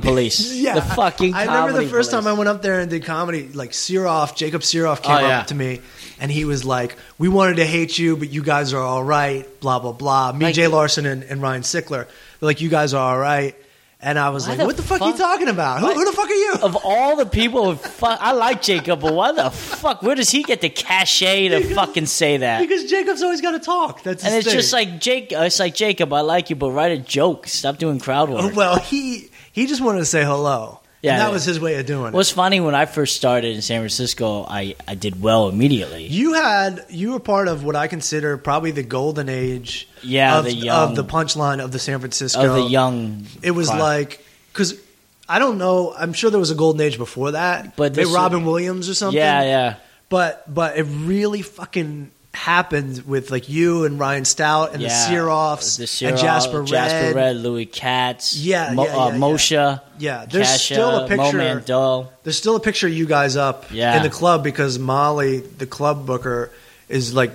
S5: police.
S3: yeah,
S5: the fucking.
S3: I, I remember the
S5: comedy
S3: first
S5: police.
S3: time I went up there and did comedy. Like Siroff, Jacob Siroff came
S5: Oh, yeah.
S3: up to me, and he was like, "We wanted to hate you, but you guys are all right." Blah blah blah. Me,
S5: Like-
S3: Jay Larson, and, and Ryan Sickler, they're like, "You guys are all right." And I was
S5: Why
S3: like,
S5: the
S3: "What the fuck, are you
S5: fuck-
S3: talking about? Who,
S5: why-
S3: who the fuck are you?"
S5: Of all the people, who fu- I like Jacob, but why the fuck? Where does he get the cachet to
S3: Because-
S5: fucking say that?
S3: Because Jacob's always got to talk. That's his
S5: and it's
S3: thing.
S5: just like Jake. uh, It's like Jacob. I like you, but write a joke. Stop doing crowd work.
S3: Oh, well, he he just wanted to say hello.
S5: Yeah,
S3: and that
S5: yeah.
S3: was his way of doing it.
S5: What's funny when I first started in San Francisco, I I did well immediately.
S3: You had you were part of what I consider probably the golden age.
S5: Yeah,
S3: of
S5: the young-
S3: of the punchline of the San Francisco
S5: Of the young,
S3: It was
S5: class.
S3: like because I don't know. I'm sure there was a golden age before that,
S5: But
S3: maybe
S5: this-
S3: Robin Williams or something.
S5: yeah, yeah,
S3: But but it really fucking happened with like you and Ryan Stout and
S5: yeah.
S3: the Searoffs
S5: The
S3: and
S5: Searoff,
S3: Jasper Red.
S5: Jasper Red, Louis Katz,
S3: Yeah,
S5: Mo-
S3: yeah, yeah,
S5: uh,
S3: yeah.
S5: Moshe,
S3: Yeah, there's
S5: Kasha,
S3: still a
S5: Mo
S3: picture.
S5: Mandel.
S3: There's still a picture of you guys up
S5: Yeah.
S3: in the club because Molly, the club booker, is like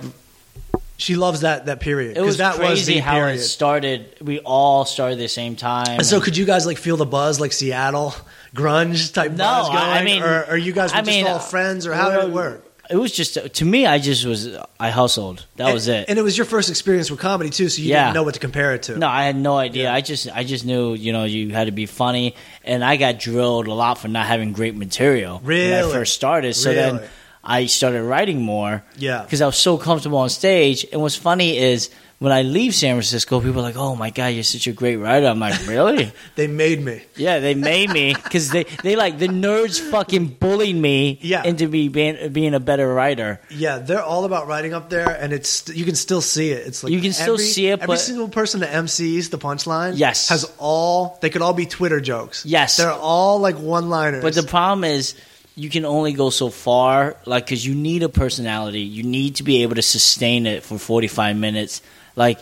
S3: she loves that that period.
S5: It
S3: 'Cause
S5: was
S3: that was
S5: crazy
S3: the
S5: how
S3: period.
S5: it started. We all started at the same time.
S3: And so, could you guys like feel the buzz, like Seattle grunge type
S5: No,
S3: buzz
S5: I-
S3: going,
S5: I mean-
S3: or, or you guys were
S5: I
S3: just
S5: mean,
S3: all
S5: uh,
S3: friends, or how did it work?
S5: It was just to me. I just was. I hustled. That was
S3: and,
S5: it.
S3: And it was your first experience with comedy too, so you
S5: Yeah.
S3: didn't know what to compare it to.
S5: No, I had no idea.
S3: Yeah.
S5: I just I just knew, you know, you had to be funny and I got drilled a lot for not having great material when
S3: Really?
S5: I first started. So
S3: Really?
S5: then I started writing more.
S3: Yeah.
S5: Because I was so comfortable on stage. And what's funny is when I leave San Francisco, people are like, "Oh my god, you're such a great writer." I'm like, "Really?"
S3: they made me.
S5: yeah, they made me because they, they like the nerds fucking bullied me
S3: Yeah.
S5: into be being, being a better writer.
S3: Yeah, they're all about writing up there, and it's you can still see it. It's like
S5: You can still
S3: every-
S5: see it,
S3: Every
S5: but-
S3: single person that MCs the punchline,
S5: Yes.
S3: has all they could all be Twitter jokes.
S5: Yes.
S3: they're all like one liners.
S5: But the problem is, you can only go so far, like, because you need a personality. You need to be able to sustain it for 45 minutes. Like,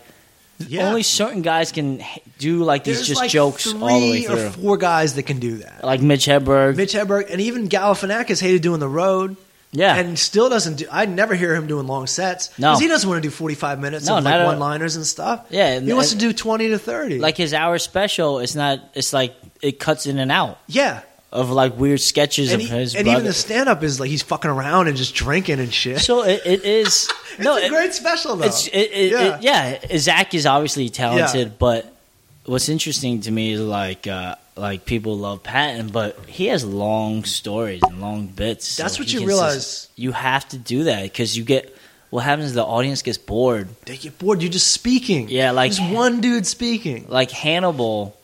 S3: yeah.
S5: only certain guys can h- do, like, these
S3: There's
S5: just
S3: like
S5: jokes
S3: three
S5: all the way
S3: or
S5: through.
S3: four guys that can do that.
S5: Like Mitch Hedberg.
S3: Mitch Hedberg and even Galifianakis hated doing the road.
S5: yeah.
S3: and still doesn't do. I never hear him doing long sets
S5: No.
S3: he doesn't want to do forty five minutes
S5: No,
S3: of
S5: not
S3: like
S5: at-
S3: one liners and stuff.
S5: Yeah, and-
S3: he wants
S5: and-
S3: to do twenty to thirty.
S5: like, his hour special, it's not, it's like, it cuts in and out
S3: yeah,
S5: of, like, weird sketches
S3: and,
S5: of
S3: he-
S5: his
S3: and
S5: brother.
S3: even the stand up is like he's fucking around and just drinking and shit.
S5: so it, it is.
S3: it's
S5: no,
S3: a
S5: it-
S3: great special though.
S5: It's it, it,
S3: yeah.
S5: it- yeah. Zach is obviously talented, but what's interesting to me is like uh, like people love Patton, but he has long stories and long bits. so
S3: That's what
S5: he
S3: you
S5: can sus-
S3: realize.
S5: you have to do that because you get what happens is the audience gets bored.
S3: they get bored. You're just speaking.
S5: Yeah, like-
S3: just one dude speaking.
S5: Like Hannibal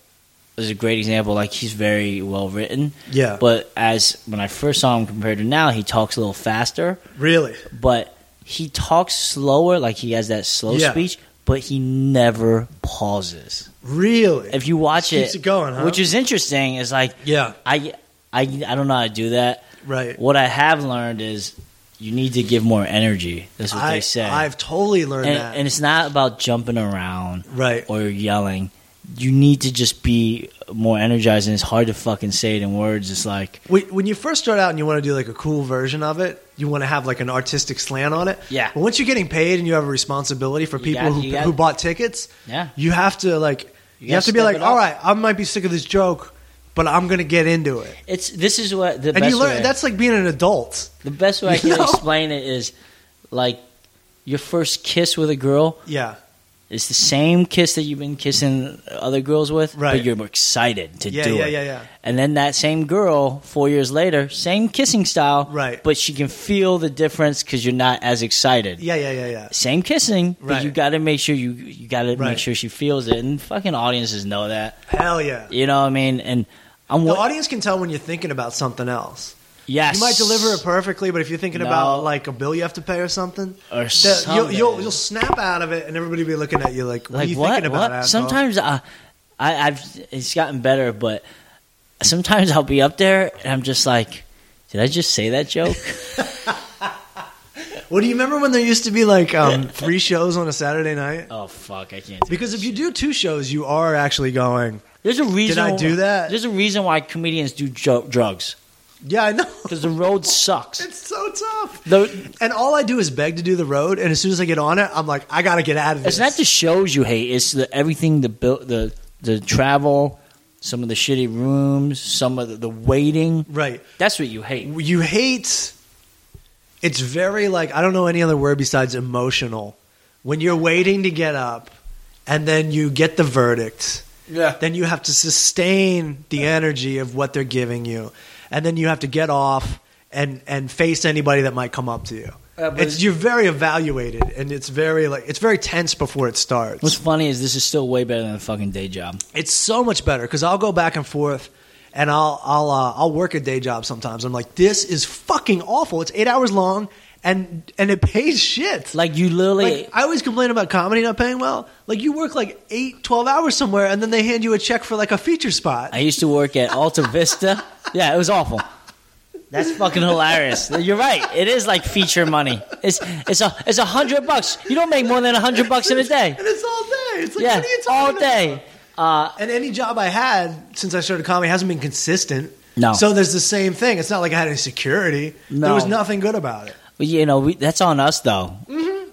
S5: is a great example. Like he's very well written,
S3: Yeah,
S5: but as when I first saw him compared to now, he talks a little faster.
S3: really,
S5: but he talks slower, like he has that slow
S3: Yeah.
S5: speech, but he never pauses.
S3: really.
S5: If you watch
S3: Just keeps it going, huh?
S5: which is interesting, is like
S3: yeah,
S5: I, I, I don't know how to do that.
S3: right.
S5: What I have learned is you need to give more energy. That's what
S3: I,
S5: they say,
S3: I've totally learned
S5: and,
S3: that.
S5: and it's not about jumping around
S3: right.
S5: or yelling. You need to just be more energized, and it's hard to fucking say it in words. It's like
S3: When when you first start out and you want to do like a cool version of it, you want to have like an artistic slant on it.
S5: Yeah.
S3: But once you're getting paid and you have a responsibility for
S5: You
S3: people
S5: got-
S3: who,
S5: you got-
S3: who bought tickets,
S5: Yeah.
S3: you have to like you,
S5: gotta
S3: have to be
S5: step
S3: like,
S5: it up.
S3: all right, I might be sick of this joke, but I'm gonna get into it.
S5: It's this is what the
S3: And
S5: best
S3: you learn
S5: way.
S3: that's like being an adult.
S5: the best way I
S3: you
S5: can
S3: know?
S5: explain it is like your first kiss with a girl
S3: Yeah,
S5: is the same kiss that you've been kissing other girls with,
S3: Right.
S5: but you're excited to
S3: yeah,
S5: do
S3: yeah,
S5: it.
S3: yeah, yeah.
S5: And then that same girl, four years later, same kissing style,
S3: Right.
S5: But she can feel the difference because you're not as excited.
S3: Yeah, yeah, yeah, yeah.
S5: Same kissing, but
S3: Right.
S5: you got to make sure you you got to
S3: Right.
S5: make sure she feels it, and fucking audiences know that.
S3: Hell yeah.
S5: You know what I mean? And I'm
S3: The
S5: what?
S3: audience can tell when you're thinking about something else.
S5: yes,
S3: You might deliver it perfectly, but if you're thinking
S5: No.
S3: about like a bill you have to pay or something,
S5: or
S3: that- you'll,
S5: something.
S3: you'll you'll snap out of it, and everybody will be looking at you like, "What are
S5: like
S3: you
S5: what?
S3: thinking about?"
S5: what?
S3: asshole?
S5: Sometimes I, I, I've it's gotten better, but sometimes I'll be up there and I'm just like, did I just say that joke?
S3: Well, do you remember when there used to be like um, three shows on a Saturday night?
S5: oh fuck, I can't. do
S3: Because
S5: this
S3: if you
S5: shit.
S3: do two shows, you are actually going.
S5: there's a reason.
S3: I do that?
S5: There's a reason why comedians do jo- drugs
S3: Yeah, I know.
S5: because the road sucks.
S3: It's so tough.
S5: The,
S3: And all I do is beg to do the road, and as soon as I get on it, I'm like, I gotta get out of this.
S5: it's not the shows you hate; it's the everything, the bill, the the travel, some of the shitty rooms, some of the, the waiting.
S3: right.
S5: That's what you hate.
S3: You hate. It's very like I don't know any other word besides emotional. When you're waiting to get up, and then you get the verdict.
S5: Yeah.
S3: then you have to sustain the energy of what they're giving you and then you have to get off and and face anybody that might come up to you
S5: Uh, but
S3: it's,
S5: it's-
S3: you're very evaluated and it's very like it's very tense before it starts
S5: What's funny is this is still way better than a fucking day job.
S3: it's so much better because i'll go back and forth and i'll i'll uh, i'll work a day job sometimes i'm like this is fucking awful it's eight hours long and and it pays shit
S5: Like you literally,
S3: like, I always complain about comedy not paying well. Like, you work like eight, 12 hours somewhere, and then they hand you a check for like a feature spot.
S5: I used to work at Alta Vista. Yeah, it was awful. That's fucking hilarious. You're right. It is like feature money. It's it's a it's a hundred bucks. You don't make more than a hundred bucks in a day.
S3: And it's all day. It's like,
S5: Yeah,
S3: what are you
S5: all
S3: talking
S5: day.
S3: about? And any job I had since I started comedy hasn't been consistent.
S5: No.
S3: So there's the same thing. It's not like I had any security.
S5: No.
S3: There was nothing good about it.
S5: But, you know, we, that's on us though.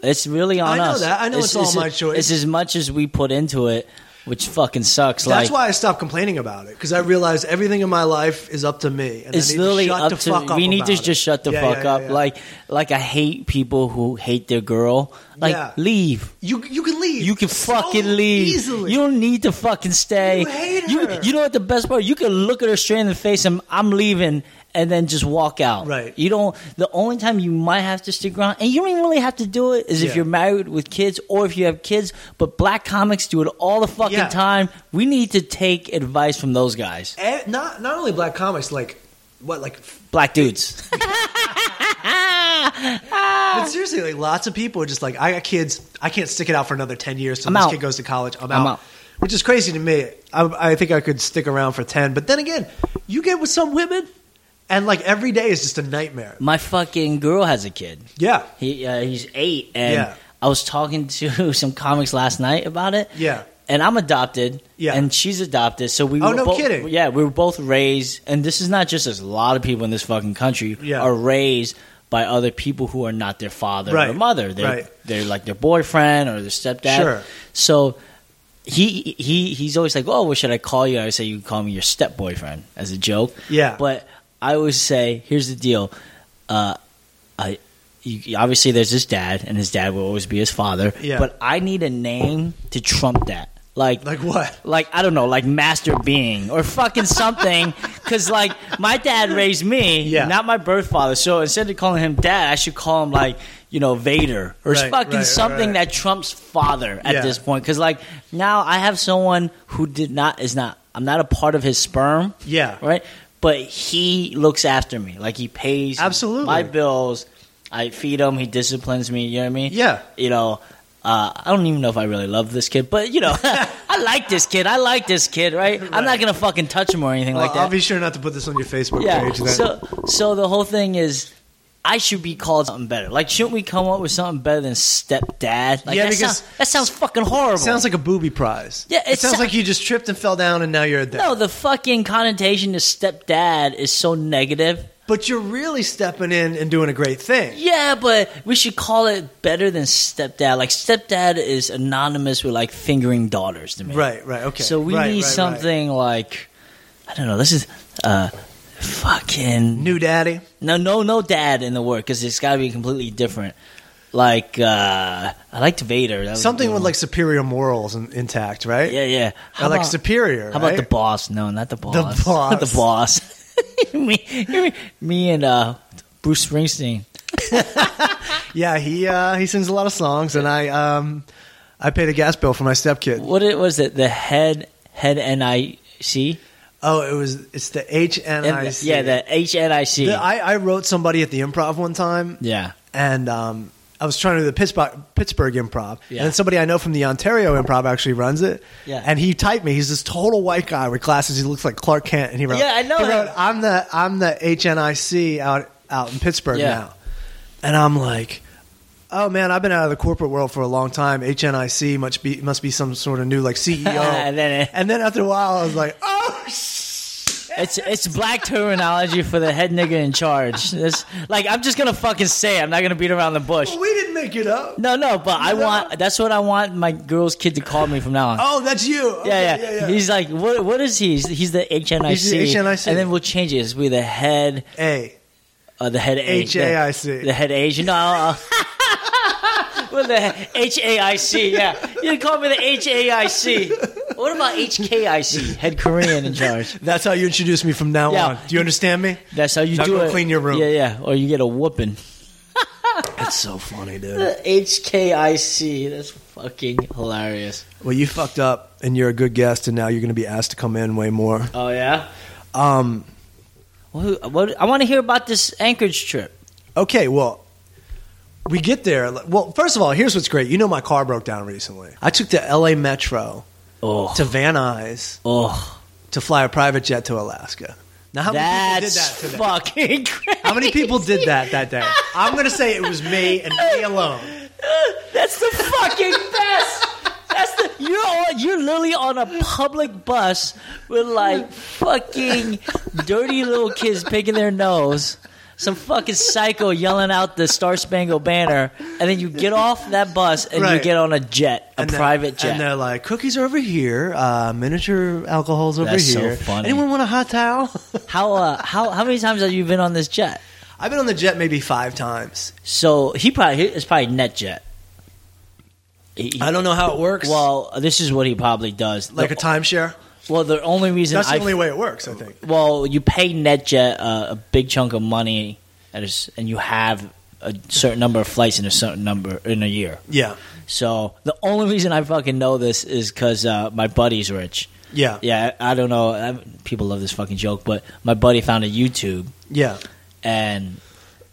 S5: It's really on
S3: Mm-hmm. I know
S5: us.
S3: that. I know it's all my choice.
S5: It's as much as we put into it, which fucking sucks.
S3: That's
S5: like
S3: why I stopped complaining about it because I realized everything in my life is up to me. And I
S5: it's
S3: need to
S5: literally
S3: shut
S5: up
S3: the
S5: to
S3: fuck up
S5: we need to
S3: about it.
S5: just shut the
S3: Yeah,
S5: fuck
S3: yeah, yeah,
S5: up.
S3: yeah.
S5: Like like I hate people who hate their girl. Like
S3: Yeah.
S5: leave.
S3: you, you can leave.
S5: You can
S3: so
S5: fucking leave.
S3: easily.
S5: You don't need to fucking stay.
S3: You hate
S5: You,
S3: her.
S5: you know what the best part? You can look at her straight in the face and I'm leaving and then just walk out.
S3: Right.
S5: You don't the only time you might have to stick around and you don't even really have to do it is if
S3: Yeah.
S5: you're married with kids or if you have kids, but black comics do it all the fucking
S3: Yeah.
S5: time. We need to take advice from those guys.
S3: And Eh, not not only black comics like. What like?
S5: Black dudes.
S3: But seriously, like lots of people are just like, I got kids. I can't stick it out for another ten years. till
S5: I'm
S3: this
S5: out.
S3: kid goes to college. I'm,
S5: I'm
S3: out.
S5: out.
S3: Which is crazy to me. I, I think I could stick around for ten. But then again, you get with some women, and like every day is just a nightmare.
S5: My fucking girl has a kid.
S3: Yeah,
S5: He uh, he's eight, and
S3: Yeah.
S5: I was talking to some comics last night about it.
S3: Yeah.
S5: and I'm adopted.
S3: Yeah.
S5: and she's adopted. So we.
S3: Oh,
S5: were
S3: no
S5: both,
S3: kidding.
S5: Yeah, we were both raised, and this is not just us. A lot of people in this fucking country
S3: Yeah.
S5: are raised by other people who are not their father or
S3: Right.
S5: mother. They're,
S3: Right.
S5: they're like their boyfriend or their stepdad.
S3: Sure.
S5: So. He he he's always like, oh, what should I call you? I say you can call me your step boyfriend as a joke.
S3: Yeah.
S5: But I always say, here's the deal. Uh, I you, obviously there's his dad, and his dad will always be his father.
S3: Yeah.
S5: But I need a name to trump that. Like,
S3: like what?
S5: like I don't know, like Master Being or fucking something. Because like my dad raised me,
S3: Yeah.
S5: not my birth father. So instead of calling him dad, I should call him like you know Vader or
S3: Right,
S5: fucking
S3: right,
S5: something
S3: right.
S5: that trumps father at
S3: Yeah.
S5: this point. Because like now I have someone who did not is not I'm not a part of his sperm
S3: Yeah,
S5: right? But he looks after me. Like he pays
S3: Absolutely.
S5: my bills. I feed him. He disciplines me. You know what I mean?
S3: Yeah.
S5: You know, uh, I don't even know if I really love this kid, but you know, I like this kid. I like this kid, right? I'm not gonna fucking touch him or anything
S3: Well,
S5: like that.
S3: I'll be sure not to put this on your Facebook
S5: yeah.
S3: page. Then.
S5: So, so the whole thing is. I should be called something better. Like, shouldn't we come up with something better than stepdad? Like,
S3: Yeah,
S5: that
S3: because-
S5: sounds, that sounds fucking horrible.
S3: sounds like a booby prize.
S5: Yeah,
S3: it,
S5: it
S3: sounds
S5: sou-
S3: like you just tripped and fell down, and now you're a dad.
S5: no. The fucking connotation to stepdad is so negative.
S3: But you're really stepping in and doing a great thing.
S5: Yeah, but we should call it better than stepdad. Like stepdad is anonymous with like fingering daughters to me.
S3: Right, right, okay.
S5: So we
S3: Right, right,
S5: need
S3: right.
S5: something like I don't know. This is uh, fucking
S3: New Daddy.
S5: no, no, no, dad in the word because it's got to be completely different. Like uh, I liked Vader. That was a
S3: Something
S5: good
S3: with
S5: one.
S3: like superior morals in, intact, right?
S5: yeah, yeah.
S3: I like superior.
S5: How about
S3: right?
S5: the boss? No, not the boss. Not
S3: boss.
S5: the boss. me, me, and uh, Bruce Springsteen.
S3: Yeah, he uh, he sings a lot of songs, and I um I paid a gas bill for my stepkid.
S5: What it was it? The head head NIC.
S3: Oh, it was it's the H N I C.
S5: Yeah, the HNIC.
S3: The- I, I wrote somebody at the improv one time,
S5: yeah.
S3: and um, I was trying to do the Pittsburgh, Pittsburgh improv,
S5: Yeah.
S3: and then somebody I know from the Ontario improv actually runs it.
S5: Yeah.
S3: And he typed me. He's this total white guy with glasses. He looks like Clark Kent, and he wrote,
S5: Yeah, I know
S3: He
S5: him.
S3: wrote, I'm the I'm the HNIC out out in Pittsburgh
S5: Yeah.
S3: now, and I'm like. Oh man, I've been out of the corporate world for a long time. HNIC must be must be some sort of new like CEO.
S5: And then it-
S3: and then after a while, I was like, oh
S5: It's it's black terminology for the head nigga in charge. It's, like I'm just gonna fucking say it. I'm not gonna beat around the bush.
S3: we didn't make it up.
S5: No, no, but I want that's what I want my girl's kid to call me from now on.
S3: Oh, that's you. Okay,
S5: yeah, yeah, He's like, what? What is he? He's, he's the HNIC.
S3: He's the HNIC.
S5: And then we'll change it. It's we the head,
S3: hey,
S5: uh, the head A-
S3: HAIC.
S5: the, the head Asian. No, uh, well, the H A I C. Yeah, you call me the H A I C. What about H K I C? Head Korean in charge.
S3: That's how you introduce me from now
S5: Yeah.
S3: on. Do you understand me?
S5: That's how you
S3: Now
S5: do
S3: go
S5: it.
S3: clean your room.
S5: Yeah, yeah. Or you get a whooping.
S3: That's so funny, dude.
S5: H K I C. That's fucking hilarious.
S3: Well, you fucked up, and you're a good guest, and now you're going to be asked to come in way more.
S5: Oh yeah.
S3: Um,
S5: What, what, I want to hear about this Anchorage trip.
S3: okay, well, we get there. Well, first of all, here's what's great. You know, my car broke down recently. I took the LA Metro
S5: Oh,
S3: to Van Nuys
S5: oh,
S3: to fly a private jet to Alaska. Now, how many people did that
S5: that's
S3: today?
S5: fucking crazy.
S3: How many people did that that day? I'm going to say it was me and me alone.
S5: That's the fucking best. That's the you're on, you're literally on a public bus with like fucking dirty little kids picking their nose, some fucking psycho yelling out the Star Spangled Banner, and then you get off that bus and you
S3: Right.
S5: get on a jet, a
S3: And they're-
S5: private jet.
S3: And they're like, cookies are over here, uh, miniature alcohol's over
S5: That's so
S3: here.
S5: funny.
S3: Anyone want a hot towel?
S5: How uh, how how many times have you been on this jet?
S3: I've been on the jet maybe five times.
S5: So he probably it's probably NetJet. He- he-
S3: I don't know how it works.
S5: Well, this is what he probably does.
S3: like
S5: The-
S3: a timeshare.
S5: well, the only reason
S3: That's
S5: I
S3: the only way it works, I think.
S5: Well, you pay NetJet uh, a big chunk of money, and, it's- and you have a certain number of flights in a certain number in a year.
S3: Yeah,
S5: So the only reason I fucking know this is because uh, my buddy's rich.
S3: yeah, yeah.
S5: Yeah, I I don't know. I, people love this fucking joke, but my buddy found a YouTube, and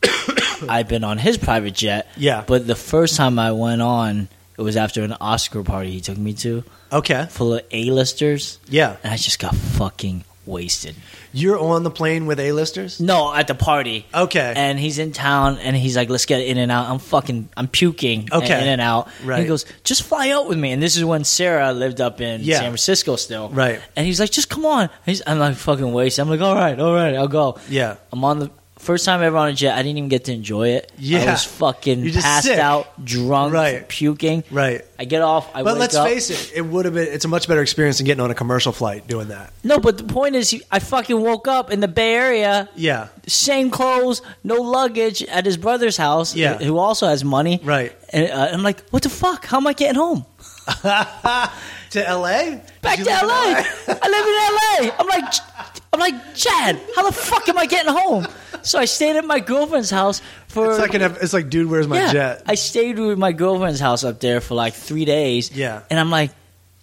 S5: I've been on his private jet.
S3: Yeah.
S5: but the first time I went on, it was after an Oscar party he took me to,
S3: Okay,
S5: full of A-listers,
S3: yeah.
S5: and I just got fucking wasted.
S3: You're on the plane with A-listers.
S5: No, at the party.
S3: Okay,
S5: and he's in town and he's like let's get in and out i'm fucking i'm puking
S3: Okay.
S5: in and out
S3: Right.
S5: he goes just fly out with me and this is when sarah lived up in
S3: Yeah.
S5: san francisco still
S3: Right.
S5: and he's like just come on And he's, i'm like fucking wasted i'm like all right all right i'll go
S3: yeah.
S5: i'm on the first time ever on a jet i didn't even get to enjoy it i
S3: Yeah.
S5: was fucking
S3: You're just
S5: passed
S3: sick.
S5: out drunk
S3: Right.
S5: puking
S3: Right,
S5: i get off i
S3: but
S5: wake
S3: let's
S5: up.
S3: face it, it would have been. It's a much better experience than getting on a commercial flight doing that.
S5: no but the point is i fucking woke up in the bay area
S3: Yeah,
S5: same clothes, no luggage at his brother's house,
S3: Yeah.
S5: who also has money.
S3: Right.
S5: And uh, I'm like, what the fuck? How am I getting home?
S3: to L.A.
S5: Back
S3: Did you
S5: to
S3: live in
S5: LA. I live in LA. I'm like, Ch- I'm like, Chad, how the fuck am I getting home? So I stayed at my girlfriend's house for.
S3: It's like an. It's like, dude, where's my
S5: yeah,
S3: jet?
S5: I stayed with my girlfriend's house up there for like three days.
S3: Yeah.
S5: And I'm like,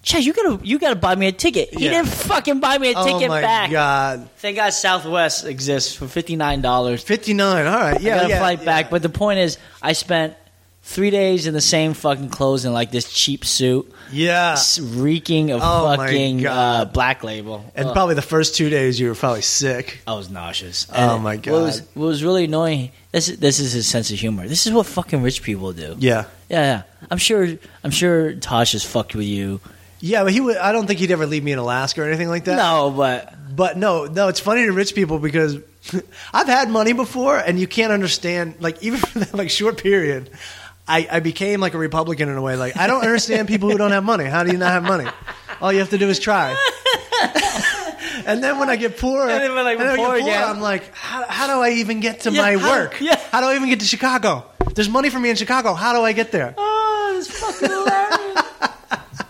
S5: Chad, you gotta, you gotta buy me a ticket. He
S3: Yeah.
S5: didn't fucking buy me a
S3: oh
S5: ticket
S3: my
S5: back.
S3: god.
S5: Thank God Southwest exists for fifty nine dollars.
S3: 59. All right.
S5: I
S3: Yeah.
S5: got a
S3: yeah,
S5: flight
S3: yeah.
S5: back. But the point is, I spent three days in the same fucking clothes and like this cheap suit,
S3: yeah.
S5: s- reeking of
S3: Uh, Oh my
S5: fucking uh,
S3: God.
S5: black label.
S3: And
S5: Ugh.
S3: probably the first two days you were probably sick.
S5: I was nauseous.
S3: Oh
S5: And
S3: my
S5: What was,
S3: God.
S5: what was really annoying? This is, this is his sense of humor. This is what fucking rich people do. Yeah,
S3: Yeah.
S5: yeah. I'm sure. I'm sure Tosh has fucked with you.
S3: Yeah, but he would. I don't think he'd ever leave me in Alaska or anything like that.
S5: no, but
S3: But no, no, it's funny to rich people because I've had money before, and you can't understand. Like even for that like short period, I, I became like a Republican in a way. Like I don't understand people who don't have money. How do you not have money? All you have to do is try. And then when I get poor,
S5: And then when I get poor again.
S3: I'm like, how, how do I even get to
S5: Yeah,
S3: my
S5: how-
S3: work?
S5: yeah.
S3: How do I even get to Chicago? There's money for me in Chicago. How do I get there?
S5: Oh, that's fucking hilarious.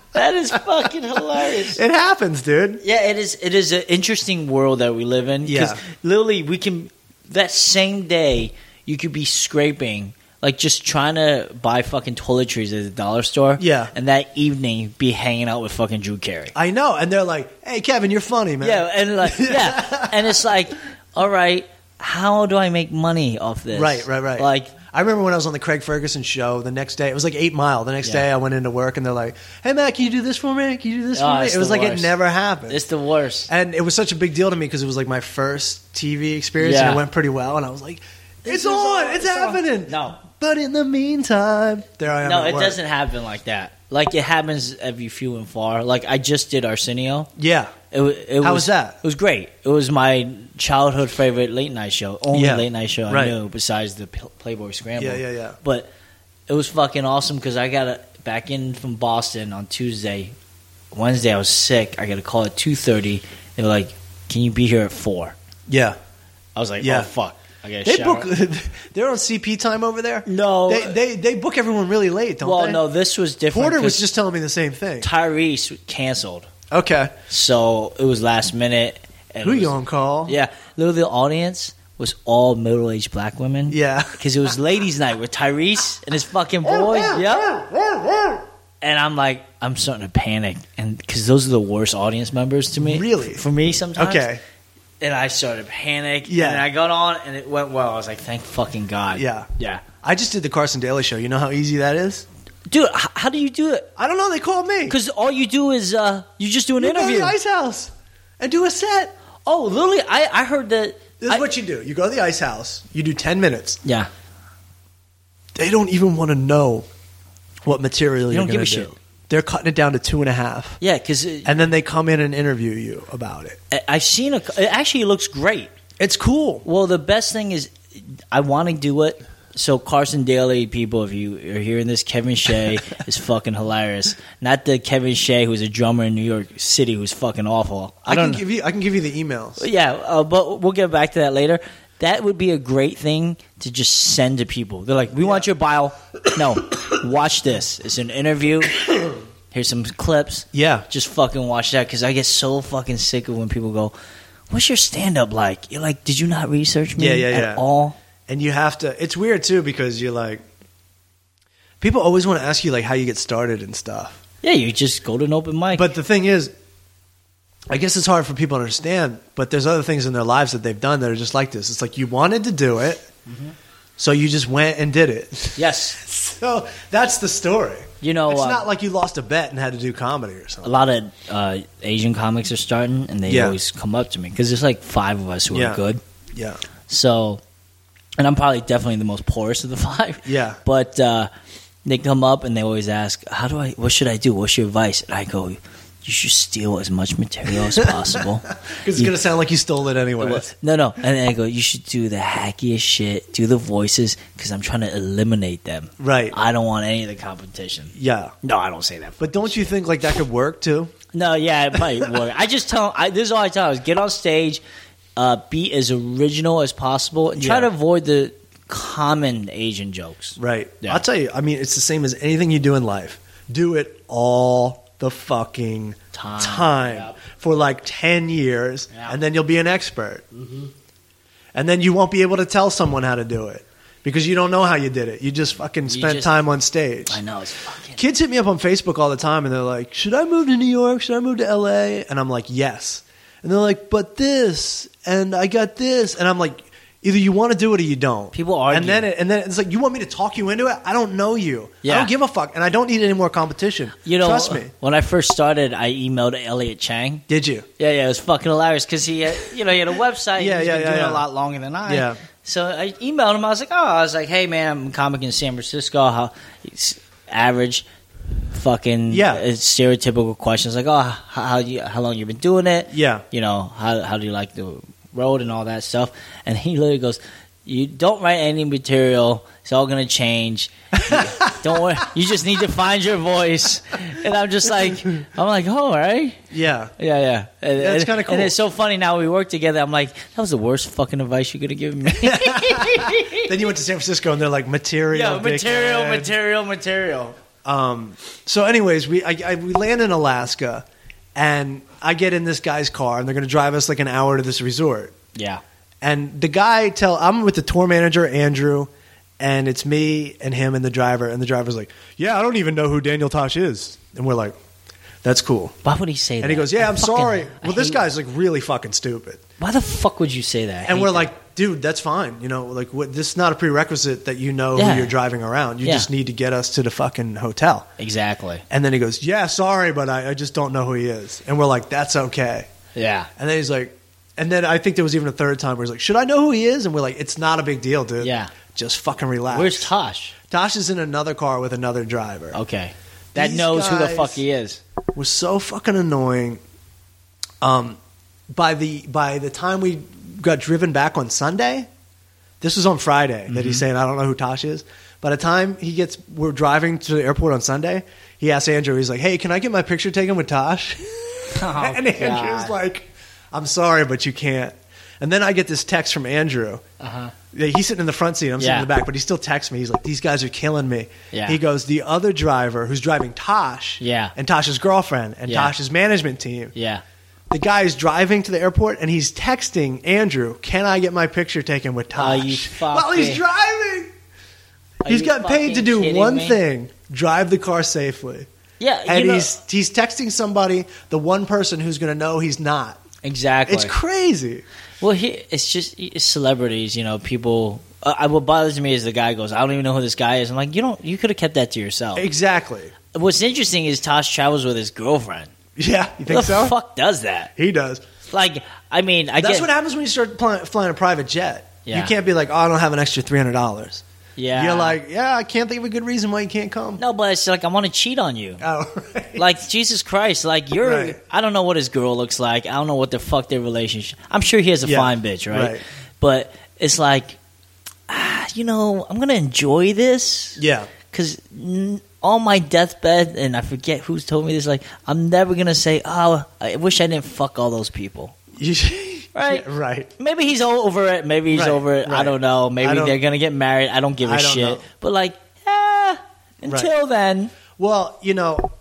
S5: that is fucking hilarious.
S3: It happens, dude.
S5: Yeah, it is. It is an interesting world that we live in. 'cause
S3: Yeah.
S5: literally, we can that same day you could be scraping, like just trying to buy fucking toiletries at the dollar store.
S3: Yeah.
S5: and that evening be hanging out with fucking Drew Carey.
S3: I know. And they're like, hey, Kevin, you're funny, man.
S5: Yeah, and like yeah, and it's like, all right, how do I make money off this?
S3: Right, right, right.
S5: Like,
S3: I remember when I was on the Craig Ferguson show the next day, it was like eight mile. The next
S5: Yeah.
S3: day I went into work and they're like, hey, Matt, can you do this for me? Can you do this
S5: Oh,
S3: for me?
S5: it's
S3: It was
S5: the
S3: like
S5: worst.
S3: it never happened.
S5: it's the worst.
S3: and it was such a big deal to me because it was like my first TV experience and
S5: Yeah.
S3: it went pretty well. And I was like,
S5: This
S3: it's
S5: is
S3: on, it's,
S5: on, it's on."
S3: happening.
S5: No.
S3: But in the meantime, there I am.
S5: No,
S3: at
S5: it
S3: work.
S5: doesn't happen like that. Like it happens every few and far. Like I just did Arsenio.
S3: Yeah.
S5: It, wa- it
S3: How was that?
S5: It was great. It was my childhood favorite late night show. Only
S3: Yeah.
S5: late night show
S3: Right.
S5: I knew besides the P- Playboy Scramble.
S3: Yeah, yeah, yeah.
S5: But it was fucking awesome because I got a, back in from Boston on Tuesday. Wednesday I was sick. I got a call at two thirty. They were like, "Can you be here at 4?
S3: Yeah.
S5: I was like,
S3: Yeah.
S5: "Oh fuck." I got
S3: They
S5: to
S3: book, they're on CP time over there.
S5: No. uh,
S3: They, they, they book everyone really late, don't
S5: well,
S3: they?
S5: no, this was different.
S3: Porter was
S5: 'cause
S3: just telling me the same thing.
S5: Tyrese canceled.
S3: Okay.
S5: So it was last minute. And
S3: Who
S5: it was-
S3: you on call?
S5: Yeah, literally the audience was all middle aged black women.
S3: Yeah.
S5: because it was ladies' night with Tyrese and his fucking boys. yep. And I'm like, I'm starting to panic, and because those are the worst audience members to me.
S3: Really?
S5: for me sometimes.
S3: Okay.
S5: And I started to panic.
S3: Yeah.
S5: And I got on, and it went well. I was like, thank fucking god.
S3: Yeah.
S5: Yeah.
S3: I just did the Carson Daly show. You know how easy that is?
S5: Dude, h- how do you do it?
S3: I don't know. They called me.
S5: Because all you do is uh, you just do an
S3: You go to
S5: interview.
S3: the Ice House and do a set.
S5: Oh, literally, I, I heard that.
S3: This is
S5: I-
S3: what you do. You go to the Ice House. You do 10 minutes.
S5: Yeah.
S3: They don't even want to know what material
S5: They
S3: you're
S5: don't give
S3: going
S5: a
S3: to do.
S5: shit.
S3: They're cutting it down to two and a half.
S5: Yeah, because
S3: And then they come in and interview you about it.
S5: I've seen a. It actually looks great.
S3: It's cool.
S5: Well, the best thing is, I want to do it. So Carson Daly, people, if you are hearing this, Kevin Shea is fucking hilarious. Not the Kevin Shea who's a drummer in New York City who's fucking awful. I,
S3: I,
S5: don't.
S3: can give you. I can give you the emails.
S5: yeah, uh, but we'll get back to that later. That would be a great thing to just send to people. They're like, "We want your bio." No, watch this. It's an interview. Here's some clips.
S3: Yeah.
S5: just fucking watch that because I get so fucking sick of when people go, "What's your stand up like?" You're like, "Did you not research me
S3: Yeah, yeah,
S5: at
S3: yeah.
S5: all?"
S3: And you have to. It's weird too because you're like. People always want to ask you like how you get started and stuff.
S5: Yeah, you just go to an open mic.
S3: But the thing is, I guess it's hard for people to understand, but there's other things in their lives that they've done that are just like this. It's like you wanted to do it,
S5: Mm-hmm.
S3: so you just went and did it.
S5: yes,
S3: so that's the story.
S5: you know,
S3: it's
S5: uh,
S3: not like you lost a bet and had to do comedy or
S5: a
S3: something.
S5: lot of uh, Asian comics are starting, and they
S3: Yeah.
S5: always come up to me because there's like five of us who
S3: Yeah.
S5: are good.
S3: Yeah.
S5: So, and I'm probably definitely the most porous of the five.
S3: Yeah.
S5: But uh, they come up and they always ask, "How do I? What should I do? What's your advice?" And I go, "You should steal as much material as possible."
S3: Because it's
S5: You-
S3: going to sound like you stole it anyway.
S5: No, no. And then I go, you should do the hackiest shit, do the voices, because I'm trying to eliminate them.
S3: Right.
S5: I don't want any of the competition.
S3: Yeah.
S5: No, I don't say that.
S3: But don't you think like that could work too?
S5: No, yeah, it might work. I just tell. I, this is all I tell is get on stage, uh, be as original as possible, and try
S3: Yeah.
S5: to avoid the common Asian jokes.
S3: Right.
S5: Yeah.
S3: I'll tell you, I mean, it's the same as anything you do in life. Do it all the fucking
S5: Time.
S3: time,
S5: Yep.
S3: for like 10 years,
S5: Yeah.
S3: and then you'll be an expert.
S5: Mm-hmm.
S3: And then you won't be able to tell someone how to do it because you don't know how you did it. You just fucking spent
S5: just-
S3: time on stage.
S5: I know it's fucking.
S3: Kids hit me up on Facebook all the time and they're like, Should I move to New York? Should I move to LA? And I'm like, Yes. And they're like, But this, and I got this. And I'm like, Either you want to do it or you don't.
S5: People argue.
S3: And then, it, and then it's like, You want me to talk you into it? I don't know you.
S5: Yeah.
S3: I don't give a fuck. And I don't need any more competition.
S5: You know,
S3: Trust me.
S5: when I first started, I emailed Elliot Chang.
S3: Did you?
S5: Yeah, yeah, it was fucking hilarious because he, had, you know, he had a website.
S3: Yeah, yeah,
S5: he was been
S3: yeah,
S5: doing it
S3: yeah.
S5: a lot longer than I.
S3: Yeah.
S5: So I emailed him. I was like, oh, I was like, hey man, I'm a comic in San Francisco. How it's average, fucking
S3: Yeah.
S5: uh, stereotypical questions like, oh, h- how you, how long you been doing it?
S3: Yeah.
S5: You know, how how do you like the road and all that stuff? And he literally goes. You don't write any material. It's all gonna change. don't worry. You just need to find your voice. And I'm just like, I'm like, oh, all right.
S3: Yeah.
S5: Yeah, yeah. And,
S3: That's
S5: and-
S3: kinda cool.
S5: And it's so funny now we work together. I'm like, that was the worst fucking advice you could have given me.
S3: Then you went to San Francisco and they're like material.
S5: yeah, material,
S3: dickhead.
S5: material, material.
S3: Um, so, anyways, we I, I, we land in Alaska, and I get in this guy's car, and they're going to drive us like an hour to this resort.
S5: Yeah.
S3: And the guy tell I'm with the tour manager Andrew, and it's me and him and the driver, and the driver's like, "Yeah, I don't even know who Daniel Tosh is," and we're like, "That's cool."
S5: Why would he say that?
S3: And he goes, "Yeah,
S5: I
S3: I'm
S5: fucking-
S3: sorry."
S5: I
S3: Well, this
S5: hate-
S3: guy's like really fucking stupid,
S5: Why the fuck would you say that? I
S3: and
S5: hate
S3: we're
S5: that.
S3: like, "Dude, that's fine. You know, like what, this is not a prerequisite that you know
S5: Yeah.
S3: who you're driving around. You
S5: Yeah.
S3: just need to get us to the fucking hotel."
S5: exactly.
S3: And then he goes, Yeah, sorry, but I, I just don't know who he is. And we're like, That's okay.
S5: Yeah.
S3: And then he's like, And then I think there was even a third time where he's like, Should I know who he is? And we're like, It's not a big deal, dude.
S5: Yeah.
S3: Just fucking relax.
S5: Where's Tosh?
S3: Tosh is in another car with another driver.
S5: Okay. That
S3: These
S5: knows who the
S3: guys-
S5: fuck he is.
S3: was so fucking annoying. Um, by the by the time we got driven back on Sunday, this was on Friday that he's saying I don't know who Tosh is. By the time he gets, we're driving to the airport on Sunday. He asks Andrew, he's like, "Hey, can I get my picture taken with Tosh?" and Andrew's
S5: Oh, God.
S3: like, "I'm sorry, but you can't." And then I get this text from Andrew.
S5: Uh-huh.
S3: Yeah, he's sitting in the front seat. I'm sitting
S5: Yeah.
S3: in the back, but he still texts me. He's like, "These guys are killing me."
S5: Yeah.
S3: He goes, "The other driver who's driving Tosh,
S5: Yeah.
S3: and Tasha's girlfriend and
S5: Yeah.
S3: Tasha's management team.
S5: Yeah.
S3: The guy is driving to the airport and he's texting Andrew, "Can I get my picture taken with Tosh?"
S5: you
S3: While he's
S5: fucking-
S3: driving,
S5: Are
S3: he's
S5: you
S3: got paid to
S5: fucking
S3: do
S5: kidding
S3: one
S5: me?
S3: thing: drive the car safely.
S5: Yeah. you
S3: And
S5: know-
S3: he's he's texting somebody, the one person who's going to know he's not.
S5: exactly.
S3: It's crazy.
S5: Well, he, it's just it's celebrities, you know, people. Uh, I- what bothers me is the guy goes, I don't even know who this guy is. I'm like, you don't, you could have kept that to yourself.
S3: Exactly.
S5: What's interesting is Tosh travels with his girlfriend.
S3: Yeah, you think
S5: the
S3: so?
S5: fuck does that?
S3: He does.
S5: Like, I mean, I
S3: That's
S5: get,
S3: what happens when you start flying, flying a private jet.
S5: Yeah.
S3: You can't be like, "Oh, I don't have an extra three hundred dollars."
S5: yeah,
S3: You're like, "Yeah, I can't think of a good reason why you can't come."
S5: no, but it's like I want to cheat on you.
S3: Oh, right.
S5: Like Jesus Christ, like you're.
S3: Right.
S5: I don't know what his girl looks like. I don't know what the fuck their relationship. I'm sure he has a
S3: Yeah,
S5: fine bitch, right?
S3: right.
S5: But it's like, ah, you know, I'm gonna enjoy this.
S3: Yeah.
S5: because on my deathbed, and I forget who's told me this, like, I'm never going to say, oh, I wish I didn't fuck all those people. Right.
S3: Yeah, right.
S5: Maybe he's all over it. Maybe he's
S3: Right,
S5: over it. I
S3: right.
S5: don't know. Maybe
S3: I don't-
S5: they're going to get married. I don't give a
S3: I don't
S5: shit.
S3: know.
S5: But, like, eh, until then,
S3: Well, you know,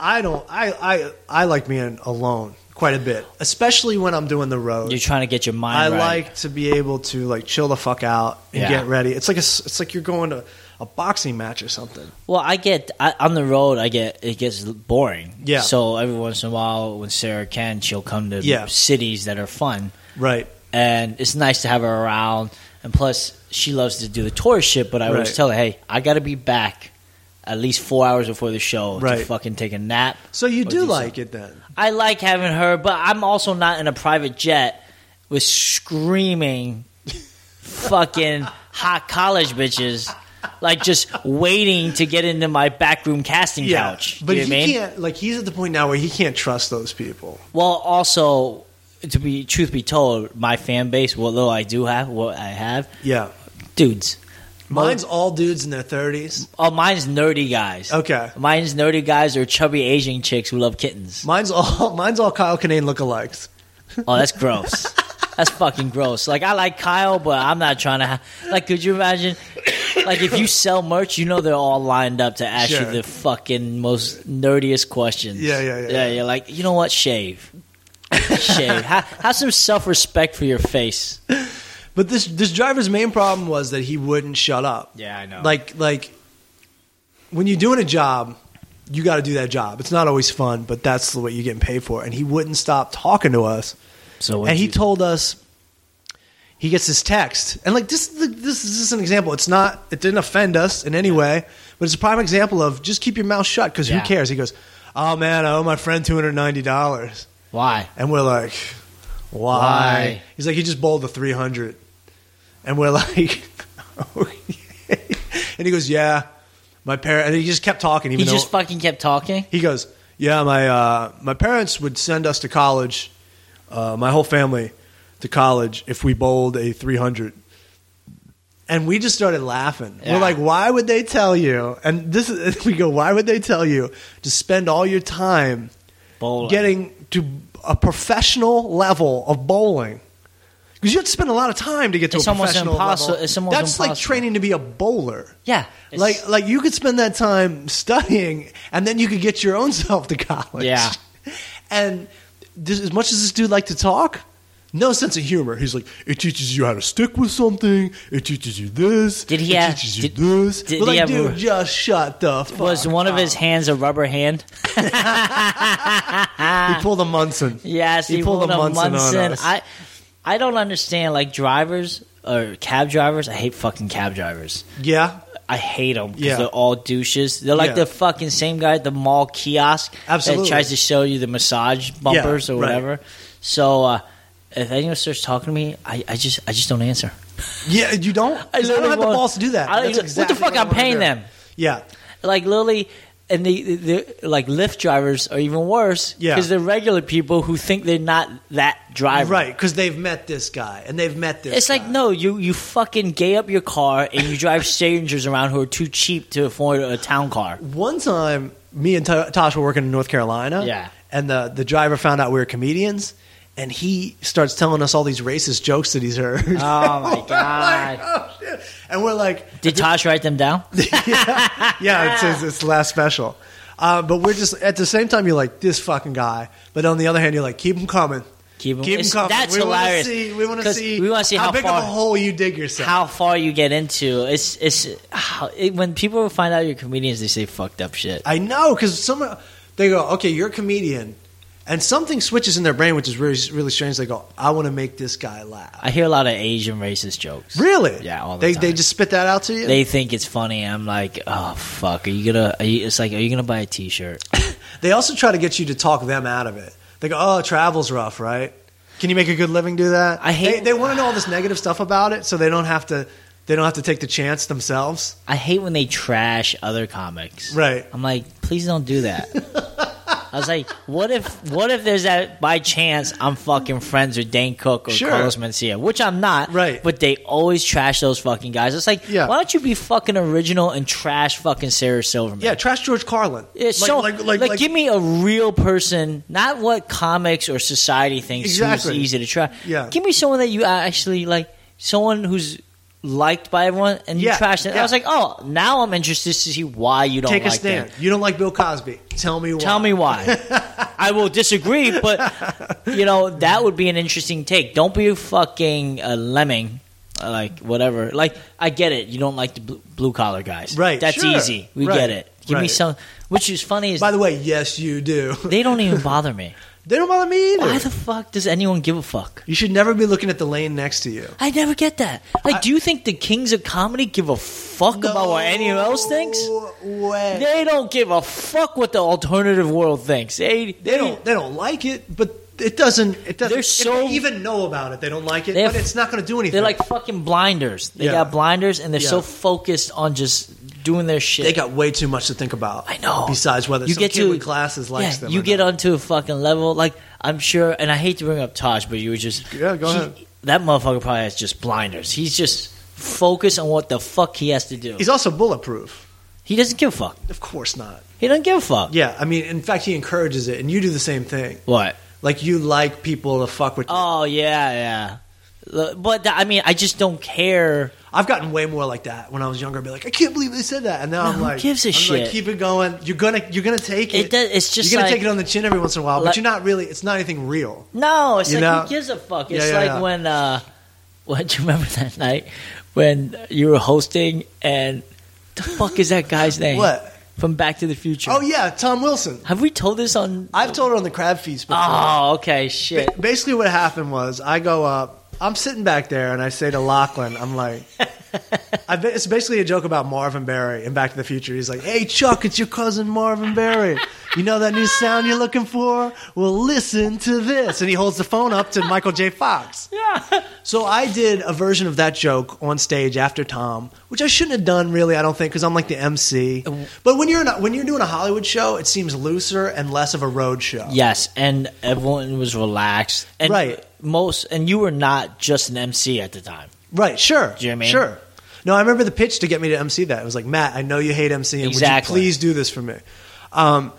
S3: I don't. I I I like being alone quite a bit, especially when I'm doing the road.
S5: you're trying to get your mind
S3: I
S5: right.
S3: like to be able to like chill the fuck out and
S5: Yeah.
S3: get ready. It's like a, s- it's like you're going to a boxing match or something.
S5: Well, I get I, on the road. I get it gets boring.
S3: Yeah.
S5: So every once in a while, when Sarah can, she'll come to
S3: Yeah.
S5: cities that are fun.
S3: Right.
S5: and it's nice to have her around. And plus, she loves to do the tour shit. But I always
S3: Right.
S5: tell her, hey, I got to be back at least four hours before the show to
S3: Right.
S5: fucking take a nap.
S3: So you
S5: Or
S3: do
S5: do
S3: like it then?
S5: I like having her, but I'm also not in a private jet with screaming, fucking hot college bitches. Like just waiting to get into my backroom casting couch.
S3: But
S5: you know
S3: he
S5: what I mean?
S3: can't. Like he's at the point now where he can't trust those people.
S5: Well, also to be truth be told, my fan base, what little I do have, what I have,
S3: Yeah.
S5: dudes.
S3: Mine's all dudes in their thirties.
S5: Oh, mine's nerdy guys.
S3: Okay.
S5: Mine's nerdy guys or chubby Asian chicks who love kittens.
S3: Mine's all mine's all Kyle Kinane lookalikes.
S5: Oh, that's gross. that's fucking gross. Like I like Kyle, but I'm not trying to. Ha- like, could you imagine? Like, if you sell merch, you know they're all lined up to ask
S3: Sure.
S5: you the fucking most nerdiest questions.
S3: Yeah, yeah, yeah.
S5: Yeah, you're like, you know what? Shave. Shave. ha- have some self respect for your face.
S3: But this this driver's main problem was that he wouldn't shut up.
S5: Yeah, I know.
S3: Like like when you're doing a job, you got to do that job. It's not always fun, but that's what you're getting paid for. And he wouldn't stop talking to us.
S5: so,
S3: and he told us he gets his text. And like this this this is just an example. It's not it didn't offend us in any way, but it's a prime example of just keep your mouth shut because
S5: Yeah.
S3: who cares? He goes, "Oh man, I owe my friend two hundred ninety dollars,"
S5: why?
S3: and we're like, why?
S5: Why?
S3: He's like, he just bowled a 300. And we're like, okay. And he goes, yeah, my parents, and he just kept talking. Even
S5: He
S3: though,
S5: just fucking kept talking.
S3: he goes, yeah, my, uh, my parents would send us to college, uh, my whole family to college if we bowled a 300. And we just started laughing.
S5: Yeah.
S3: We're like, why would they tell you? And this is, we go, why would they tell you to spend all your time
S5: Bowling.
S3: getting to a professional level of bowling? Because you have to spend a lot of time to get to
S5: It's
S3: a
S5: almost
S3: professional
S5: impossi-
S3: level.
S5: it's almost
S3: That's like
S5: impossible.
S3: training to be a bowler.
S5: yeah,
S3: Like, like you could spend that time studying, and then you could get your own self to college.
S5: Yeah.
S3: And this, as much as this dude liked to talk, no sense of humor. He's like, it teaches you how to stick with something. It teaches you this.
S5: Did he
S3: it
S5: have-
S3: teaches you
S5: did-
S3: this.
S5: did
S3: But
S5: he
S3: like,
S5: have
S3: dude,
S5: a-
S3: just shut the fuck.
S5: was one of
S3: up.
S5: his hands a rubber hand?
S3: He pulled a Munson.
S5: Yes,
S3: He pulled a Munson on us.
S5: I I don't understand like drivers or cab drivers. I hate fucking cab drivers.
S3: Yeah.
S5: I hate them because
S3: Yeah.
S5: they're all douches. They're like
S3: Yeah.
S5: the fucking same guy at the mall kiosk
S3: Absolutely.
S5: that tries to show you the massage bumpers or
S3: right.
S5: whatever. So uh, if anyone starts talking to me, I, I just I just don't answer.
S3: Yeah. You don't. I, don't
S5: literally
S3: have the
S5: won't.
S3: balls to do that.
S5: I-
S3: That's
S5: what the
S3: exactly
S5: fuck?
S3: I
S5: I'm
S3: wanna
S5: paying
S3: do.
S5: them.
S3: Yeah.
S5: Like literally. And the, the like Lyft drivers are even worse
S3: Yeah.
S5: because they're regular people who think they're not that driver.
S3: Right. Because they've met this guy and they've met this.
S5: It's like
S3: guy.
S5: no, you you fucking gay up your car and you drive strangers around who are too cheap to afford a town car.
S3: One time, me and Ta- Tosh were working in North Carolina.
S5: Yeah.
S3: And the, the driver found out we were comedians, and he starts telling us all these racist jokes that he's heard.
S5: Oh my god!
S3: oh, shit. And we're like,
S5: Did Tosh write them down?
S3: yeah, it's his, it's the last special. Uh, but we're just, at the same time, you're like, this fucking guy. But on the other hand, you're like, keep him coming.
S5: Keep 'em-
S3: Keep him
S5: it's-
S3: coming.
S5: that's
S3: we
S5: hilarious,
S3: Wanna see, we want to
S5: 'cause
S3: see,
S5: we wanna see how
S3: big
S5: far-
S3: of a hole you dig yourself.
S5: How far you get into it's it's how, it, when people find out you're comedians, they say fucked up shit.
S3: I know because some they go, okay, you're a comedian, and something switches in their brain, which is really really strange. They go, I want to make this guy laugh.
S5: I hear a lot of Asian racist jokes.
S3: Really?
S5: Yeah, all the
S3: they
S5: time.
S3: they just spit that out to you. They,
S5: They think it's funny. I'm like, oh fuck. Are you gonna? Are you, it's like, are you gonna buy a T-shirt?
S3: also try to get you to talk them out of it. They go, oh, travel's rough, right? Can you make a good living do that?
S5: I hate-
S3: They, they want to know all this negative stuff about it, so they don't have to. They don't have to take the chance themselves.
S5: I hate when they trash other comics.
S3: Right.
S5: I'm like, please don't do that. I was like, what if what if there's that by chance I'm fucking friends with Dane Cook or
S3: Sure.
S5: Carlos Mencia, which I'm not.
S3: Right.
S5: But they always trash those fucking guys. It's like,
S3: Yeah.
S5: why don't you be fucking original and trash fucking Sarah Silverman?
S3: Yeah, trash George Carlin.
S5: Yeah, so, like, give me a real person, not what comics or society thinks
S3: Exactly.
S5: who's easy to try.
S3: Yeah.
S5: Give me someone that you actually like, someone who's liked by everyone and
S3: Yeah,
S5: you trash it. I
S3: yeah.
S5: was like, oh, now I'm interested to see why you don't
S3: take a
S5: like
S3: stand.
S5: them.
S3: You don't like Bill Cosby? Tell me why.
S5: Tell me why. I will disagree, but you know that would be an interesting take. Don't be a fucking uh, lemming, uh, like whatever. Like I get it, you don't like the bl- blue collar guys,
S3: Right,
S5: That's
S3: sure.
S5: easy. We
S3: Right,
S5: get it. Give me
S3: right.
S5: some. Which is funny is
S3: By the way, yes, you do.
S5: they don't even bother me.
S3: They don't bother me either.
S5: Why the fuck does anyone give a fuck?
S3: You should never be looking at the lane next to you.
S5: I never get that. Like, do you think the kings of comedy give a fuck about what anyone else thinks?
S3: Way.
S5: They don't give a fuck what the alternative world thinks. They
S3: They don't. They don't like it, but it doesn't. It doesn't.
S5: They're
S3: if
S5: so-
S3: they even know about it. They don't like it,
S5: They
S3: but
S5: have-
S3: it's not going to do anything.
S5: They're like fucking blinders. They
S3: Yeah.
S5: got blinders, and they're so
S3: Yeah.
S5: focused on just doing their shit.
S3: they got way too much to think about.
S5: I know.
S3: Besides whether
S5: you
S3: some
S5: get
S3: kid
S5: to
S3: with glasses likes
S5: yeah,
S3: them,
S5: You
S3: or
S5: get
S3: not.
S5: onto a fucking level. Like I'm sure, and I hate to bring up Taj, but you were just
S3: Yeah, go
S5: he-
S3: ahead.
S5: That motherfucker probably has just blinders. He's just focused on what the fuck he has to do.
S3: He's also bulletproof.
S5: he doesn't give a fuck.
S3: Of course not.
S5: He doesn't give a fuck.
S3: Yeah, I mean, in fact, he encourages it, and you do the same thing.
S5: What?
S3: Like you like people to fuck with. you.
S5: Oh yeah, yeah. L- But th- I mean, I just don't care.
S3: I've gotten way more like that when I was younger. I'd be like, I can't believe they said that, and now
S5: No,
S3: I'm
S5: who
S3: like,
S5: gives a
S3: I'm
S5: shit?
S3: Like, Keep it going. You're gonna, you're gonna take it.
S5: It does, it's just
S3: you're gonna
S5: like
S3: take it on the chin every once in a while, but
S5: Like-
S3: you're not really. It's not anything real.
S5: no. It's
S3: You
S5: like
S3: know?
S5: who gives a fuck?
S3: Yeah,
S5: It's
S3: yeah,
S5: like
S3: yeah.
S5: when uh, what do you remember that night when you were hosting and the fuck is that guy's name?
S3: What?
S5: from Back to the Future?
S3: Oh yeah, Tom Wilson.
S5: Have we told this on?
S3: I've told it on the crab feast before.
S5: Oh, okay,
S3: Ba-
S5: shit.
S3: Basically, what happened was I go up. I'm sitting back there, and I say to Lachlan, "I'm like." I ba- it's basically a joke about Marvin Berry in Back to the Future. He's like, "Hey Chuck, it's your cousin Marvin Berry. You know that new sound you're looking for? Well, listen to this." And he holds the phone up to Michael J. Fox.
S5: Yeah.
S3: So I did a version of that joke on stage after Tom, which I shouldn't have done really. I don't think because I'm like the MC. But when you're in a, when you're doing a Hollywood show, it seems looser and less of a road show.
S5: Yes, and everyone was relaxed. And
S3: Right.
S5: Most and you were not just an MC at the time.
S3: Right. Sure.
S5: Do you know what I mean?
S3: Sure. No, I remember the pitch to get me to MC that. It was like, Matt, I know you hate MC, and
S5: Exactly.
S3: would you please do this for me? Um,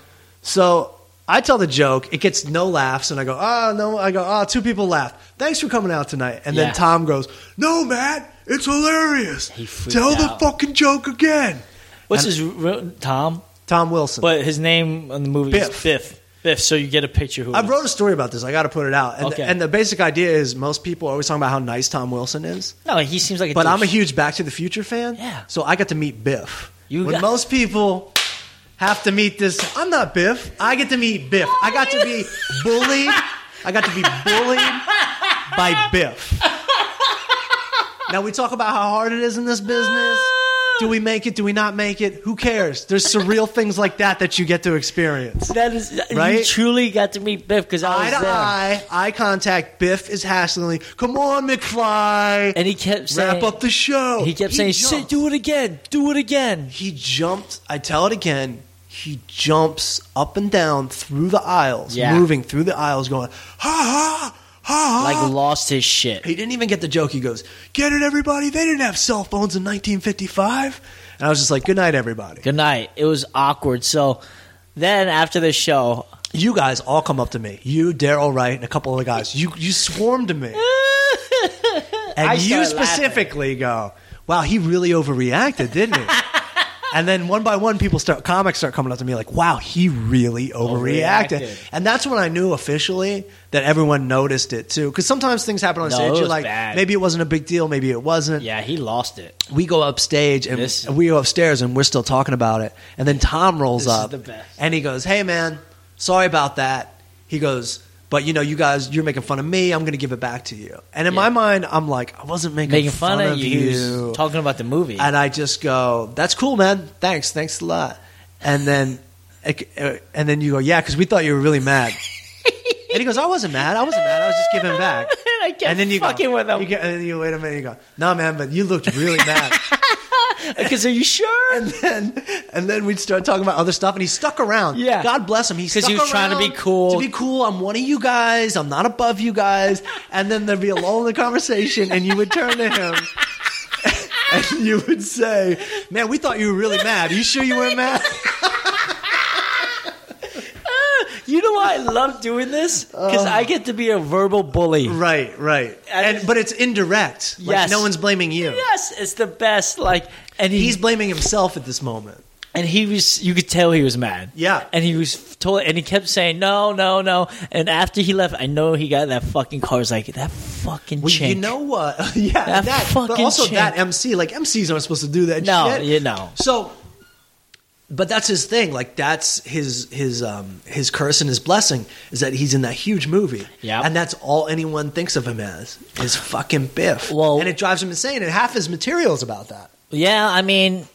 S3: so I tell the joke, it gets no laughs, and I go, oh, no, I go, oh, two people laughed. Thanks for coming out tonight. And
S5: Yeah.
S3: then Tom goes, no, Matt, it's hilarious.
S5: He freaked
S3: Tell
S5: out.
S3: the fucking joke again.
S6: What's his real Tom?
S3: Tom Wilson.
S6: But his name on the movie
S3: Biff.
S6: is Biff. Biff. So you get a picture who
S3: I
S6: it is.
S3: wrote a story about this. I got to put it out. And,
S6: Okay.
S3: and the basic idea is most people are always talking about how nice Tom Wilson is.
S6: No, he seems like a.
S3: But I'm a
S6: douche.
S3: huge Back to the Future fan.
S6: Yeah.
S3: So I got to meet Biff.
S5: You
S3: when
S5: got-
S3: most people have to meet this, I'm not Biff. I get to meet Biff. I got to be bullied. I got to be bullied by Biff. Now we talk about how hard it is in this business. Do we make it? Do we not make it? Who cares? There's surreal things like that that you get to experience.
S5: That is You
S3: Right? uh,
S5: truly got to meet Biff because I was
S3: Eye to
S5: there,
S3: eye, eye contact. Biff is hassling. Come on, McFly.
S5: and he kept saying,
S3: Wrap up the show.
S5: He kept saying,
S3: jumped.
S5: "Sit
S6: Do it again. Do it again.
S3: He jumped. I tell it again. He jumps up and down through the aisles,
S5: Yeah.
S3: moving through the aisles, going ha ha ha ha.
S5: like lost his shit."
S3: he didn't even get the joke. He goes, "Get it, everybody! They didn't have cell phones in 1955." And I was just like, "Good night, everybody."
S5: Good night. It was awkward. So then after the show,
S3: You guys all come up to me. You, Daryl Wright, and a couple other guys. You you swarmed to me,
S5: I
S3: and you
S5: started laughing.
S3: specifically go, "Wow, he really overreacted, didn't he?" and then one by one, people start comics start coming up to me like, "Wow, he really overreacted."
S5: Overreacted.
S3: And that's when I knew officially that everyone noticed it too, because sometimes things happen on
S5: No, it
S3: stage. You're
S5: was
S3: like,
S5: bad.
S3: maybe it wasn't a big deal, maybe it wasn't
S5: yeah, he lost it.
S3: we go upstage and
S5: This-
S3: we go upstairs and we're still talking about it. And then Tom rolls
S5: This is
S3: up
S5: the best.
S3: and he goes, "Hey man, sorry about that." He goes, "But you know, you guys, you're making fun of me. I'm going to give it back to you." And in my mind, I'm like, "I wasn't making,
S5: Making fun, of, you,
S3: you."
S5: talking about the movie.
S3: And I just go, "That's cool, man. Thanks, thanks a lot." And then, uh, and then you go, "Yeah," because we thought you were really mad. and he goes, "I wasn't mad. I wasn't mad. I was just giving back."
S5: I kept
S3: and then you
S5: fucking
S3: go,
S5: with
S3: You
S5: him
S3: go, and then you wait a minute. You go, "No, man, but you looked really mad."
S5: because are you sure?
S3: and then and then we'd start talking about other stuff and he stuck around
S5: Yeah.
S3: god bless him he
S5: 'Cause
S3: stuck
S5: he was trying to
S3: around
S5: be cool.
S3: to be cool i'm one of you guys i'm not above you guys and then there'd be a lull in the conversation and you would turn to him and you would say man we thought you were really mad are you sure you weren't mad
S5: You know why I love doing this because I get to be a verbal bully.
S3: right right and but it's indirect like
S5: Yes.
S3: no one's blaming you
S5: Yes, it's the best. Like, and he,
S3: he's blaming himself at this moment
S6: And he was. You could tell he was mad.
S3: yeah
S6: And he was told, and he kept saying no, no, no. And after he left, I know he got in that fucking car. I was like that fucking
S3: Well,
S6: chink.
S3: you know what? yeah,
S6: That
S3: that, but
S6: fucking
S3: also
S6: chink.
S3: that MC, like MCs aren't supposed to do that.
S5: No,
S3: shit.
S5: you know.
S3: So, but that's his thing. Like that's his his um his curse and his blessing is that he's in that huge movie.
S5: Yep.
S3: and that's all anyone thinks of him as is fucking Biff.
S5: Well-
S3: and it drives him insane. And half his material is about that.
S5: yeah, I mean,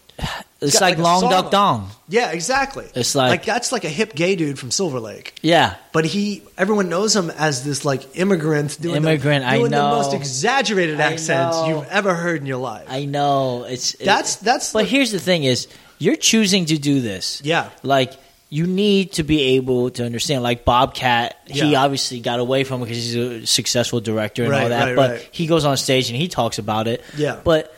S5: it's
S3: got
S5: like,
S3: like a
S5: Long
S3: song
S5: Duck
S3: on.
S5: Dong.
S3: Yeah, exactly.
S5: It's like-
S3: that's like a hip gay dude from Silver Lake.
S5: Yeah,
S3: But he, everyone knows him as this like immigrant doing
S5: Immigrant,
S3: the,
S5: I
S3: doing the
S5: know.
S3: most exaggerated
S5: I
S3: accents
S5: know.
S3: you've ever heard in your life.
S5: I know. It's it-
S3: That's- that's
S5: But
S3: the-
S5: here's the thing: is you're choosing to do this.
S3: Yeah.
S5: Like you need to be able to understand. Like Bobcat, he
S3: Yeah.
S5: obviously got away from it because he's a successful director and all
S3: Right,
S5: that.
S3: right,
S5: but
S3: right.
S5: he goes on stage and he talks about it.
S3: Yeah.
S5: But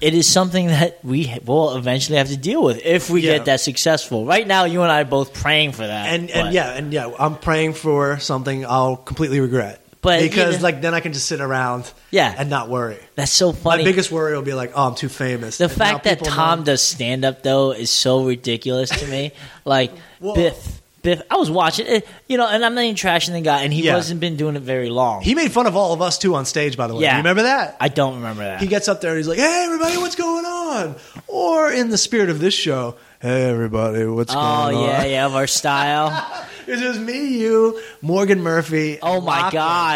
S5: it is something that we will eventually have to deal with if we
S3: Yeah.
S5: get that successful. Right now, you and I are both praying for that.
S3: and and
S5: but-
S3: yeah and yeah i'm praying for something i'll completely regret
S5: But, you
S3: because
S5: know-
S3: like then i can just sit around
S5: Yeah.
S3: and not worry
S5: that's so funny.
S3: my biggest worry will be like oh i'm too famous
S5: The
S3: And now
S5: fact that
S3: people
S5: Tom
S3: know-
S5: does stand up though is so ridiculous to me. like
S3: Whoa.
S5: Biff, Biff. I was watching it, you know, and I'm not even trashing the guy, and he
S3: Yeah.
S5: hasn't been doing it very long.
S3: he made fun of all of us too on stage by the way
S5: Yeah.
S3: you remember that
S5: I don't remember that.
S3: he gets up there and he's like hey everybody what's going on or in the spirit of this show hey everybody what's
S5: oh
S3: going on
S5: yeah, yeah, of our style.
S3: it was me you morgan murphy
S5: oh my
S3: Lachlan.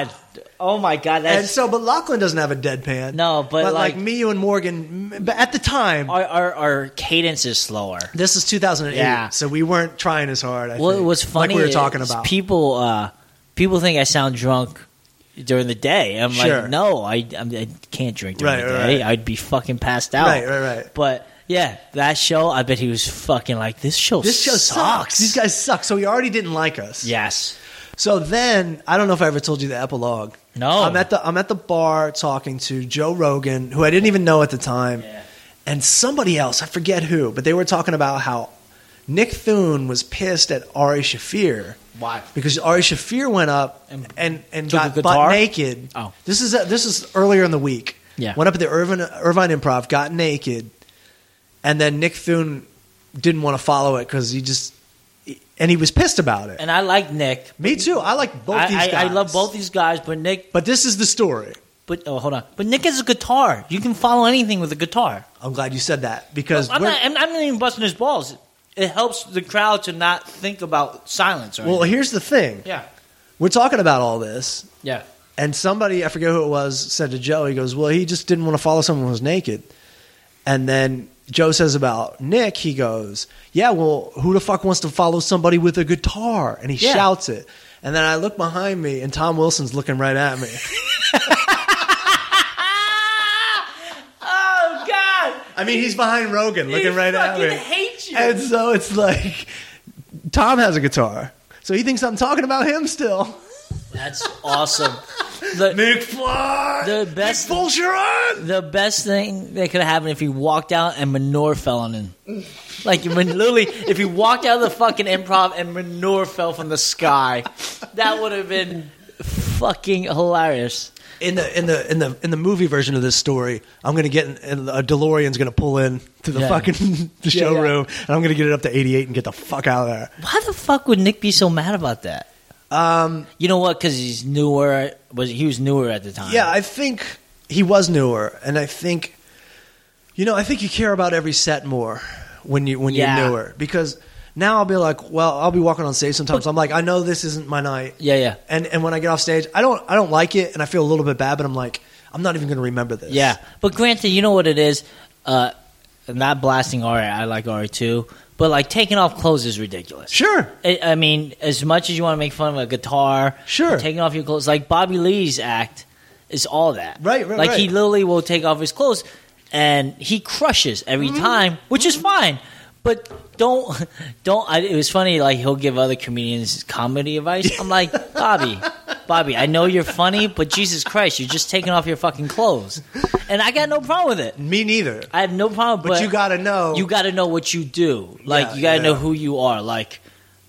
S5: god. Oh my god. That's
S3: and so, but Lachlan doesn't have a deadpan.
S5: No, but,
S3: like,
S5: like-
S3: me, you, and Morgan. m- But at the time,
S5: our, our our cadence is slower.
S3: This is 2008,
S5: Yeah.
S3: so we weren't trying as hard. I
S5: What
S3: think,
S5: was funny?
S3: like we were
S5: is
S3: talking about.
S5: people. Uh, people think I sound drunk during the day. I'm
S3: Sure.
S5: like, no, I I'm, I can't drink during
S3: Right,
S5: the
S3: right,
S5: day.
S3: right.
S5: I'd be fucking passed out.
S3: Right, right, right.
S5: But yeah, that show. I bet he was fucking like this show.
S3: this show sucks.
S5: sucks.
S3: These guys suck. So he already didn't like us.
S5: Yes.
S3: So then, I don't know if I ever told you the epilogue.
S5: No.
S3: I'm at the I'm at the bar talking to Joe Rogan, who I didn't even know at the time, and somebody else, I forget who, but they were talking about how Nick Thune was pissed at Ari Shafir
S5: Why?
S3: because Ari Shafir went up and
S5: And
S3: and, and
S5: took a
S3: got butt
S5: guitar?
S3: naked.
S5: Oh.
S3: This is uh, this is earlier in the week.
S5: Yeah.
S3: Went up at the Irvine Irvine Improv, got naked, and then Nick Thune didn't want to follow it because he just and he was pissed about it.
S5: And I like Nick.
S3: Me too. I like both
S5: I,
S3: these
S5: I,
S3: guys.
S5: I love both these guys, but Nick,
S3: But this is the story.
S5: but oh, hold on, but Nick is a guitar. You can follow anything with a guitar.
S3: I'm glad you said that because
S5: I'm
S3: we're-
S5: not, I'm, I'm not even busting his balls. It helps the crowd to not think about silence. Right?
S3: well, here's the thing.
S5: yeah,
S3: We're talking about all this,
S5: yeah.
S3: and somebody I forget who it was said to Joe. He goes, "Well, he just didn't want to follow someone who was naked." And then Joe says about Nick, he goes, "Yeah, well, who the fuck wants to follow somebody with a guitar?" And he
S5: Yeah.
S3: shouts it. And then I look behind me, and Tom Wilson's looking right at me.
S5: Ah! Oh God,
S3: I mean, he's behind Rogan, looking right at me.
S5: hate you.
S3: And so it's like Tom has a guitar. So he thinks I'm talking about him still.
S5: That's awesome. The,
S3: McFly!
S5: The best-
S3: Fulcheron!
S5: the best thing that could have happened if he walked out and Manure fell on him. Like when literally, if he walked out of the fucking improv and Manure fell from the sky, that would have been fucking hilarious.
S3: In the in the in the in the movie version of this story, I'm gonna get in, in- a DeLorean's gonna pull in to the
S5: Yeah.
S3: fucking the
S5: Yeah, yeah.
S3: showroom, and I'm gonna get it up to 88 and get the fuck out of there.
S5: Why the fuck would Nick be so mad about that?
S3: Um,
S5: You know what? Because he's newer. Was he was newer at the time?
S3: yeah, I think he was newer, and I think you know I think you care about every set more when you when
S5: Yeah.
S3: you're newer because now I'll be like, well, I'll be walking on stage sometimes. I'm like, I know this isn't my night.
S5: yeah, yeah.
S3: and and when I get off stage, I don't I don't like it, and I feel a little bit bad, but I'm like, I'm not even going to remember this.
S5: Yeah, but granted, you know what it is. Uh, not blasting Ari. I like Ari too, but like taking off clothes is ridiculous.
S3: sure,
S5: I, I mean, as much as you want to make fun of a guitar,
S3: Sure.
S5: taking off your clothes, like Bobby Lee's act is all that,
S3: Right, right,
S5: Like he
S3: right.
S5: literally will take off his clothes, and he crushes every
S3: Mm-hmm.
S5: time, which is fine. But don't, don't. I, it was funny. Like he'll give other comedians comedy advice. I'm like, Bobby, Bobby, I know you're funny, but Jesus Christ, you're just taking off your fucking clothes, and I got no problem with it.
S3: me neither.
S5: I have no problem.
S3: But, you got to know.
S5: You got to know what you do. Like
S3: Yeah,
S5: you got to
S3: yeah.
S5: know who you are. Like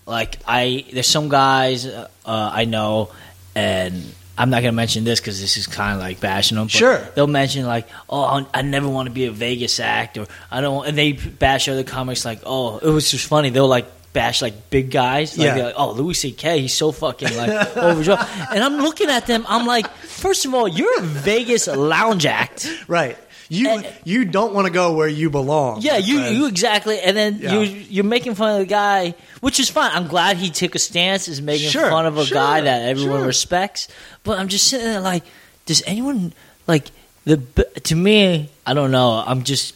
S5: like I there's some guys uh, uh, I know and I'm not gonna mention this because this is kind of like bashing them. But
S3: Sure.
S5: they'll mention like, "Oh, I never want to be a Vegas act," or "I don't," want, and they bash other comics like, "Oh, it was just funny." They'll like bash like big guys, like,
S3: Yeah.
S5: they're like "Oh, Louis C.K. He's so fucking like overdrawn," and I'm looking at them. I'm like, first of all, you're a Vegas lounge act.
S3: right. You
S5: And-
S3: you don't want to go where you belong.
S5: Yeah,
S3: my
S5: you
S3: friend.
S5: you exactly, and then
S3: Yeah.
S5: you you're making fun of the guy, which is fine. I'm glad he took a stance, is making
S3: Sure,
S5: fun of a
S3: sure,
S5: guy that everyone
S3: sure.
S5: respects. But I'm just sitting there like, does anyone like the? b- To me, I don't know. I'm just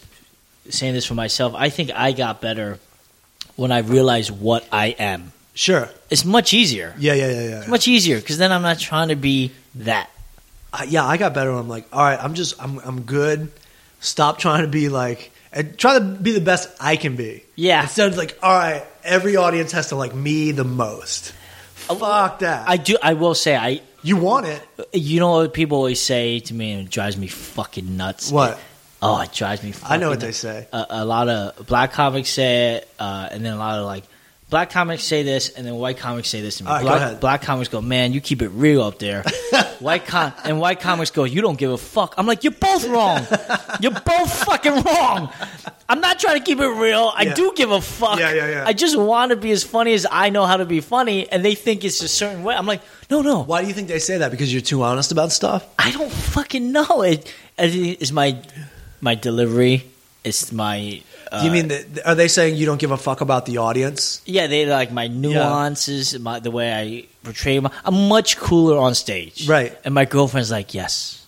S5: saying this for myself. I think I got better when I realized what I am.
S3: sure.
S5: It's much easier.
S3: Yeah, yeah, yeah, yeah.
S5: It's much easier because then I'm not trying to be that.
S3: I, yeah, I got better. When I'm like, all right, I'm just I'm I'm good. Stop trying to be like and try to be the best I can be.
S5: Yeah.
S3: Instead of like, all right, every audience has to like me the most. Fuck that.
S5: Uh, I do. I will say I.
S3: you want it?
S5: You know what people always say to me, and it drives me fucking nuts.
S3: What?
S5: Oh, it drives me.
S3: I know
S5: fucking
S3: what they
S5: nuts.
S3: say.
S5: A, a lot of black comics say it, uh, and then a lot of like black comics say this, and then white comics say this. And
S3: All right, go
S5: black,
S3: ahead.
S5: black comics go, "Man, you keep it real up there." white com- and white comics go, "You don't give a fuck." I'm like, "You're both wrong. You're both fucking wrong." I'm not trying to keep it real. I
S3: Yeah.
S5: do give a fuck.
S3: Yeah, yeah, yeah.
S5: I just want to be as funny as I know how to be funny, and they think it's a certain way. I'm like, no, no.
S3: Why do you think they say that? Because you're too honest about stuff.
S5: I don't fucking know. It, it is my my delivery. It's my. Uh,
S3: Do you mean that? Are they saying you don't give a fuck about the audience?
S5: Yeah, they like my nuances, my the way I portray. My, I'm much cooler on stage,
S3: Right.
S5: And my girlfriend's like, "Yes,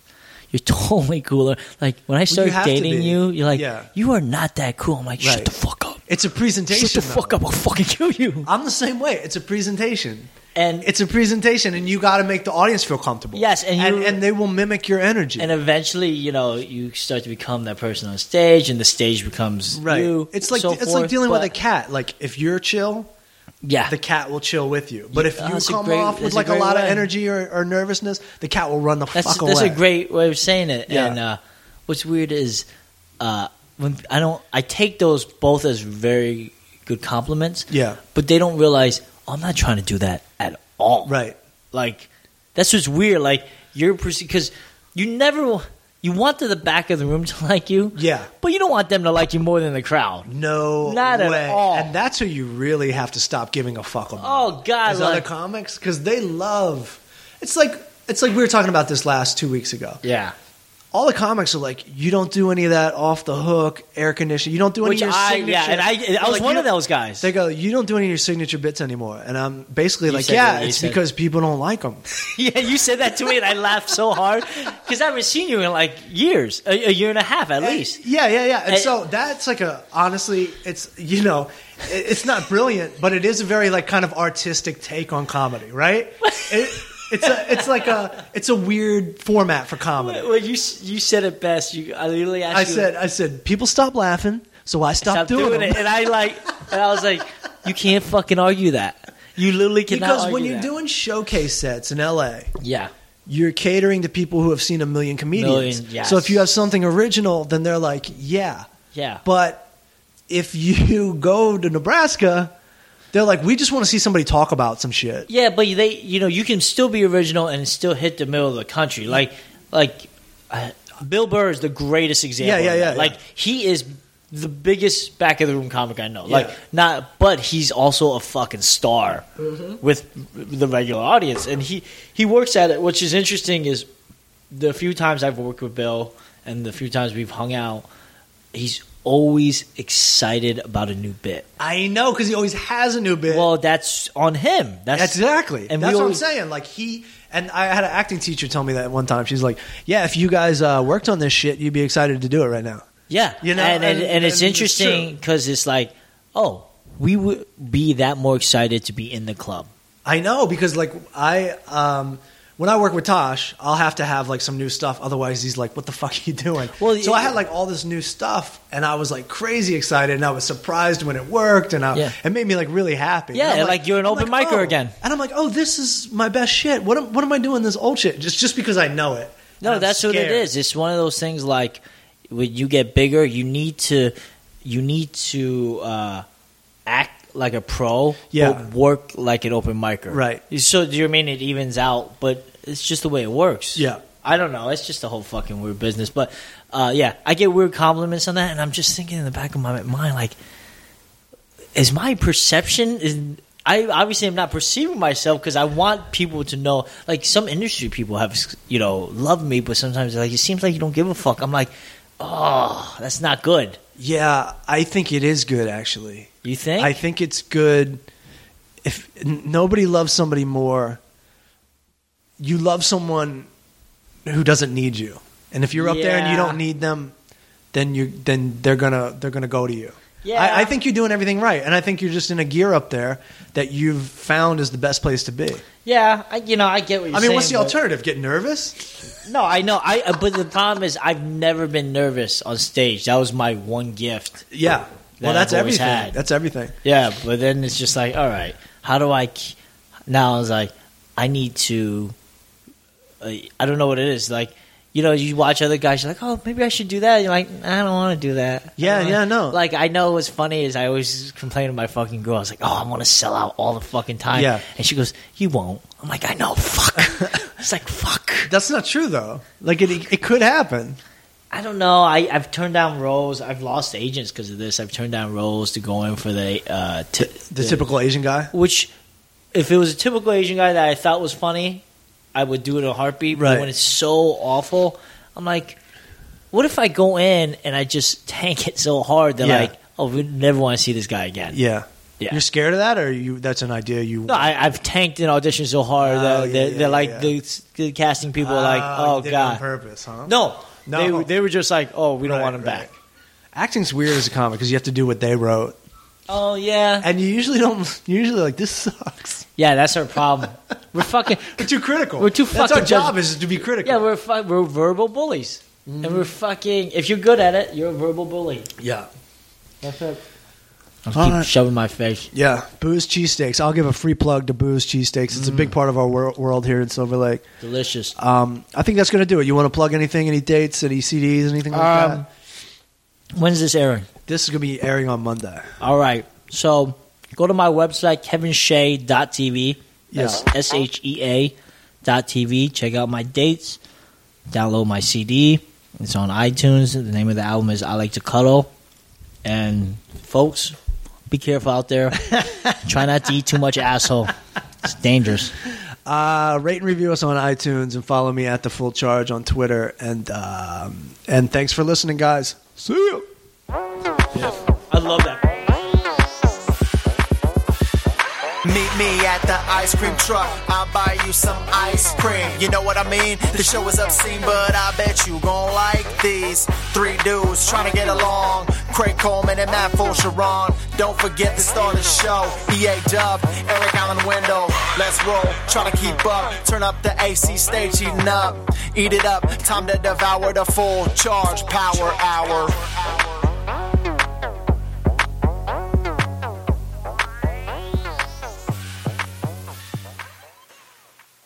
S5: you're totally cooler." Like when I
S3: you
S5: started
S3: have to
S5: dating
S3: be.
S5: you, you're like,
S3: Yeah.
S5: "You are not that cool." I'm like, "Shut
S3: Right.
S5: the fuck up."
S3: It's a presentation.
S5: Shut the
S3: though.
S5: fuck up! I'll fucking kill you.
S3: I'm the same way. It's a presentation.
S5: And
S3: It's a presentation, and you got to make the audience feel comfortable.
S5: Yes, and
S3: and,
S5: you-
S3: and they will mimic your energy.
S5: and eventually, you know, you start to become that person on stage, and the stage becomes
S3: right,
S5: you.
S3: it's like
S5: so
S3: it's
S5: forth,
S3: like dealing with
S5: but-
S3: a cat. Like if you're chill,
S5: yeah.
S3: the cat will chill with you. But if
S5: Yeah,
S3: you
S5: that's a
S3: come
S5: great-
S3: off with
S5: that's a
S3: like a,
S5: great
S3: lot of
S5: way.
S3: energy or, or nervousness, the cat will run the
S5: that's
S3: fuck away.
S5: that's a great way of saying it.
S3: Yeah.
S5: And uh, what's weird is uh, when I don't, I take those both as very good compliments.
S3: Yeah.
S5: but they don't realize oh, I'm not trying to do that at all.
S3: Right.
S5: Like that's what's weird. Like you're because you never you want the back of the room to like you.
S3: Yeah.
S5: but you don't want them to like you more than the crowd.
S3: No
S5: Not
S3: way.
S5: at all.
S3: And that's who you really have to stop giving a fuck about.
S5: Oh God!
S3: as other
S5: Like,
S3: comics because they love. It's like it's like we were talking about this last two weeks ago.
S5: yeah,
S3: All the comics are like, you don't do any of that off the hook air conditioning. You don't do any
S5: which
S3: of your
S5: I
S3: signature.
S5: yeah, and
S3: They're
S5: I I was
S3: like,
S5: one
S3: you
S5: of
S3: don't-
S5: those guys.
S3: They go, you don't do any of your signature bits anymore, and I'm basically
S5: You
S3: like,
S5: said
S3: yeah,
S5: that, you
S3: it's
S5: said-
S3: because people don't like them.
S5: Yeah, you said that to me, and I laughed so hard because I haven't seen you in like years, a, a year and a half at least.
S3: Yeah, yeah, yeah. And
S5: And-
S3: so that's like a honestly, it's you know, it- it's not brilliant, but it is a very like kind of artistic take on comedy, right? It, it's a, it's like a, it's a weird format for comedy.
S5: Well, you s- you said it best. You, I literally asked.
S3: I
S5: you,
S3: said, I said, people stop laughing, so I stopped,
S5: stop
S3: doing,
S5: doing
S3: them.
S5: it, and I like, and I was like, you can't fucking argue that. You literally cannot
S3: Because
S5: argue
S3: when you're
S5: that.
S3: doing showcase sets in LA,
S5: yeah,
S3: you're catering to people who have seen a million comedians.
S5: Million, yes.
S3: So if you have something original, then they're like, yeah.
S5: yeah,
S3: But if you go to Nebraska, they're like, we just want to see somebody talk about some shit.
S5: yeah, but they, you know, you can still be original and still hit the middle of the country, like, like, uh, Bill Burr is the greatest example.
S3: Yeah, yeah,
S5: of that.
S3: yeah,
S5: Like
S3: yeah.
S5: he is. The biggest back of the room comic I know,
S3: Yeah.
S5: like not, but he's also a fucking star
S3: Mm-hmm.
S5: with the regular audience, and he he works at it. Which is interesting is the few times I've worked with Bill and the few times we've hung out, he's always excited about a new bit.
S3: I know because he always has a new bit.
S5: Well, that's on him. That's,
S3: exactly.
S5: and
S3: That's
S5: we
S3: what I'm
S5: always-
S3: saying. Like he and I had an acting teacher tell me that one time. She's like, "Yeah, if you guys uh, worked on this shit, you'd be excited to do it right now."
S5: yeah.
S3: You know,
S5: and, and,
S3: and-
S5: and, it's
S3: and it's
S5: interesting because it's like, oh, we would be that more excited to be in the club.
S3: I know because like I um when I work with Tosh, I'll have to have like some new stuff. Otherwise, he's like, "What the fuck are you doing?"
S5: Well,
S3: so
S5: yeah.
S3: I had like all this new stuff, and I was like crazy excited, and I was surprised when it worked, and I,
S5: Yeah.
S3: it made me like really happy.
S5: Yeah,
S3: And I'm
S5: like you're an open micer
S3: oh.
S5: again.
S3: and I'm like, "Oh, this is my best shit." What am, what am I doing this old shit? Just just because I know it.
S5: No,
S3: And I'm
S5: that's what it
S3: scared.
S5: is. It's one of those things like when you get bigger, you need to you need to uh, act like a pro,
S3: Yeah.
S5: but work like an open micer.
S3: Right.
S5: So do you mean it evens out? But it's just the way it works.
S3: Yeah.
S5: I don't know. It's just a whole fucking weird business. But uh, yeah, I get weird compliments on that, and I'm just thinking in the back of my mind, like, is my perception is I obviously am not perceiving myself because I want people to know. Like some industry people have, you know, love me, but sometimes they're like it seems like you don't give a fuck. I'm like, oh, that's not good.
S3: Yeah, I think it is good actually.
S5: You think?
S3: I think it's good if n- nobody loves somebody more. You love someone who doesn't need you, and if you're up there and you
S5: Yeah.
S3: don't need them, then you then they're gonna they're gonna go to you.
S5: Yeah.
S3: I, I think you're doing everything right, and I think you're just in a gear up there that you've found is the best place to be.
S5: yeah, I, you know, I get what you're
S3: I mean,
S5: saying.
S3: what's the
S5: but-
S3: alternative? Get nervous?
S5: No, I know. I uh, but the problem is I've never been nervous on stage. That was my one gift.
S3: Yeah. Well,
S5: That
S3: that's
S5: I've always
S3: everything.
S5: had.
S3: That's everything.
S5: Yeah, but then it's just like, all right, how do I? k- Now I was like, I need to. Uh, I don't know what it is. Like, you know, you watch other guys. You're like, oh, maybe I should do that. You're like, I don't want to do that. I
S3: Yeah,
S5: don't wanna-"
S3: yeah, no.
S5: Like, I know what's funny is I always complain to my fucking girl. I was like, oh, I want to sell out all the fucking time.
S3: Yeah.
S5: and she goes, you won't. I'm like, I know. Fuck. it's like fuck.
S3: That's not true though. Like it, it could happen.
S5: I don't know. I, I've turned down roles. I've lost agents because of this. I've turned down roles to go in for the uh, t-
S3: The typical Asian guy.
S5: which if it was a typical Asian guy that I thought was funny, I would do it in a heartbeat.
S3: Right.
S5: But when it's so awful, I'm like, what if I go in and I just tank it so hard that
S3: Yeah.
S5: like, oh, we never want to see this guy again.
S3: Yeah.
S5: Yeah.
S3: You're scared of that, or you? That's an idea you.
S5: No, I, I've tanked an audition so hard
S3: Oh,
S5: that
S3: yeah,
S5: they're,
S3: yeah,
S5: they're like
S3: yeah. Ah,
S5: The, the casting people are like,
S3: you
S5: oh
S3: did it on
S5: god,
S3: purpose, huh?
S5: no,
S3: No.
S5: They, were- they were just like, oh, we don't
S3: Right,
S5: want him
S3: right.
S5: back.
S3: Acting's weird as a comic because you have to do what they wrote,
S5: Oh yeah,
S3: and you usually don't. You're usually like this sucks.
S5: yeah, that's our problem. we're fucking.
S3: We're too critical.
S5: We're too
S3: That's our
S5: fucking judge-
S3: job is to be critical.
S5: Yeah, we're fu- we're verbal bullies,
S3: Mm-hmm.
S5: and we're fucking. If you're good at it, you're a verbal bully.
S3: yeah.
S5: That's it. I'll
S3: All
S5: keep
S3: right.
S5: shoving my face.
S3: Yeah, Booze Cheesesteaks. I'll give a free plug to Booze Cheesesteaks. It's a big part of our wor- world here in Silver Lake.
S5: Delicious.
S3: Um, I think that's going to do it. You want to plug anything, any dates, any CDs, anything like
S5: Um,
S3: that?
S5: When's this airing?
S3: This is going to be airing on Monday.
S5: All right. So go to my website, kevinshea.tv. That's S H E A dot TV. Check out my dates. Download my CD. It's on iTunes. The name of the album is I Like to Cuddle. And folks, be careful out there. Try not to eat too much asshole. It's dangerous.
S3: Uh, rate and review us on iTunes and follow me at the Full Charge on Twitter. And um, and thanks for listening, guys. See you.
S5: I love that.
S4: Meet me at the ice cream truck. I'll buy you some ice cream. You know what I mean? The show is obscene, but I bet you gon' like these three dudes trying to get along. Craig Coleman and Matt Fulcheron. Don't forget to start the show. EA Dub, Eric Allen Window. Let's roll. Try to keep up. Turn up the AC stage, eating up. Eat it up. Time to devour the full charge power hour.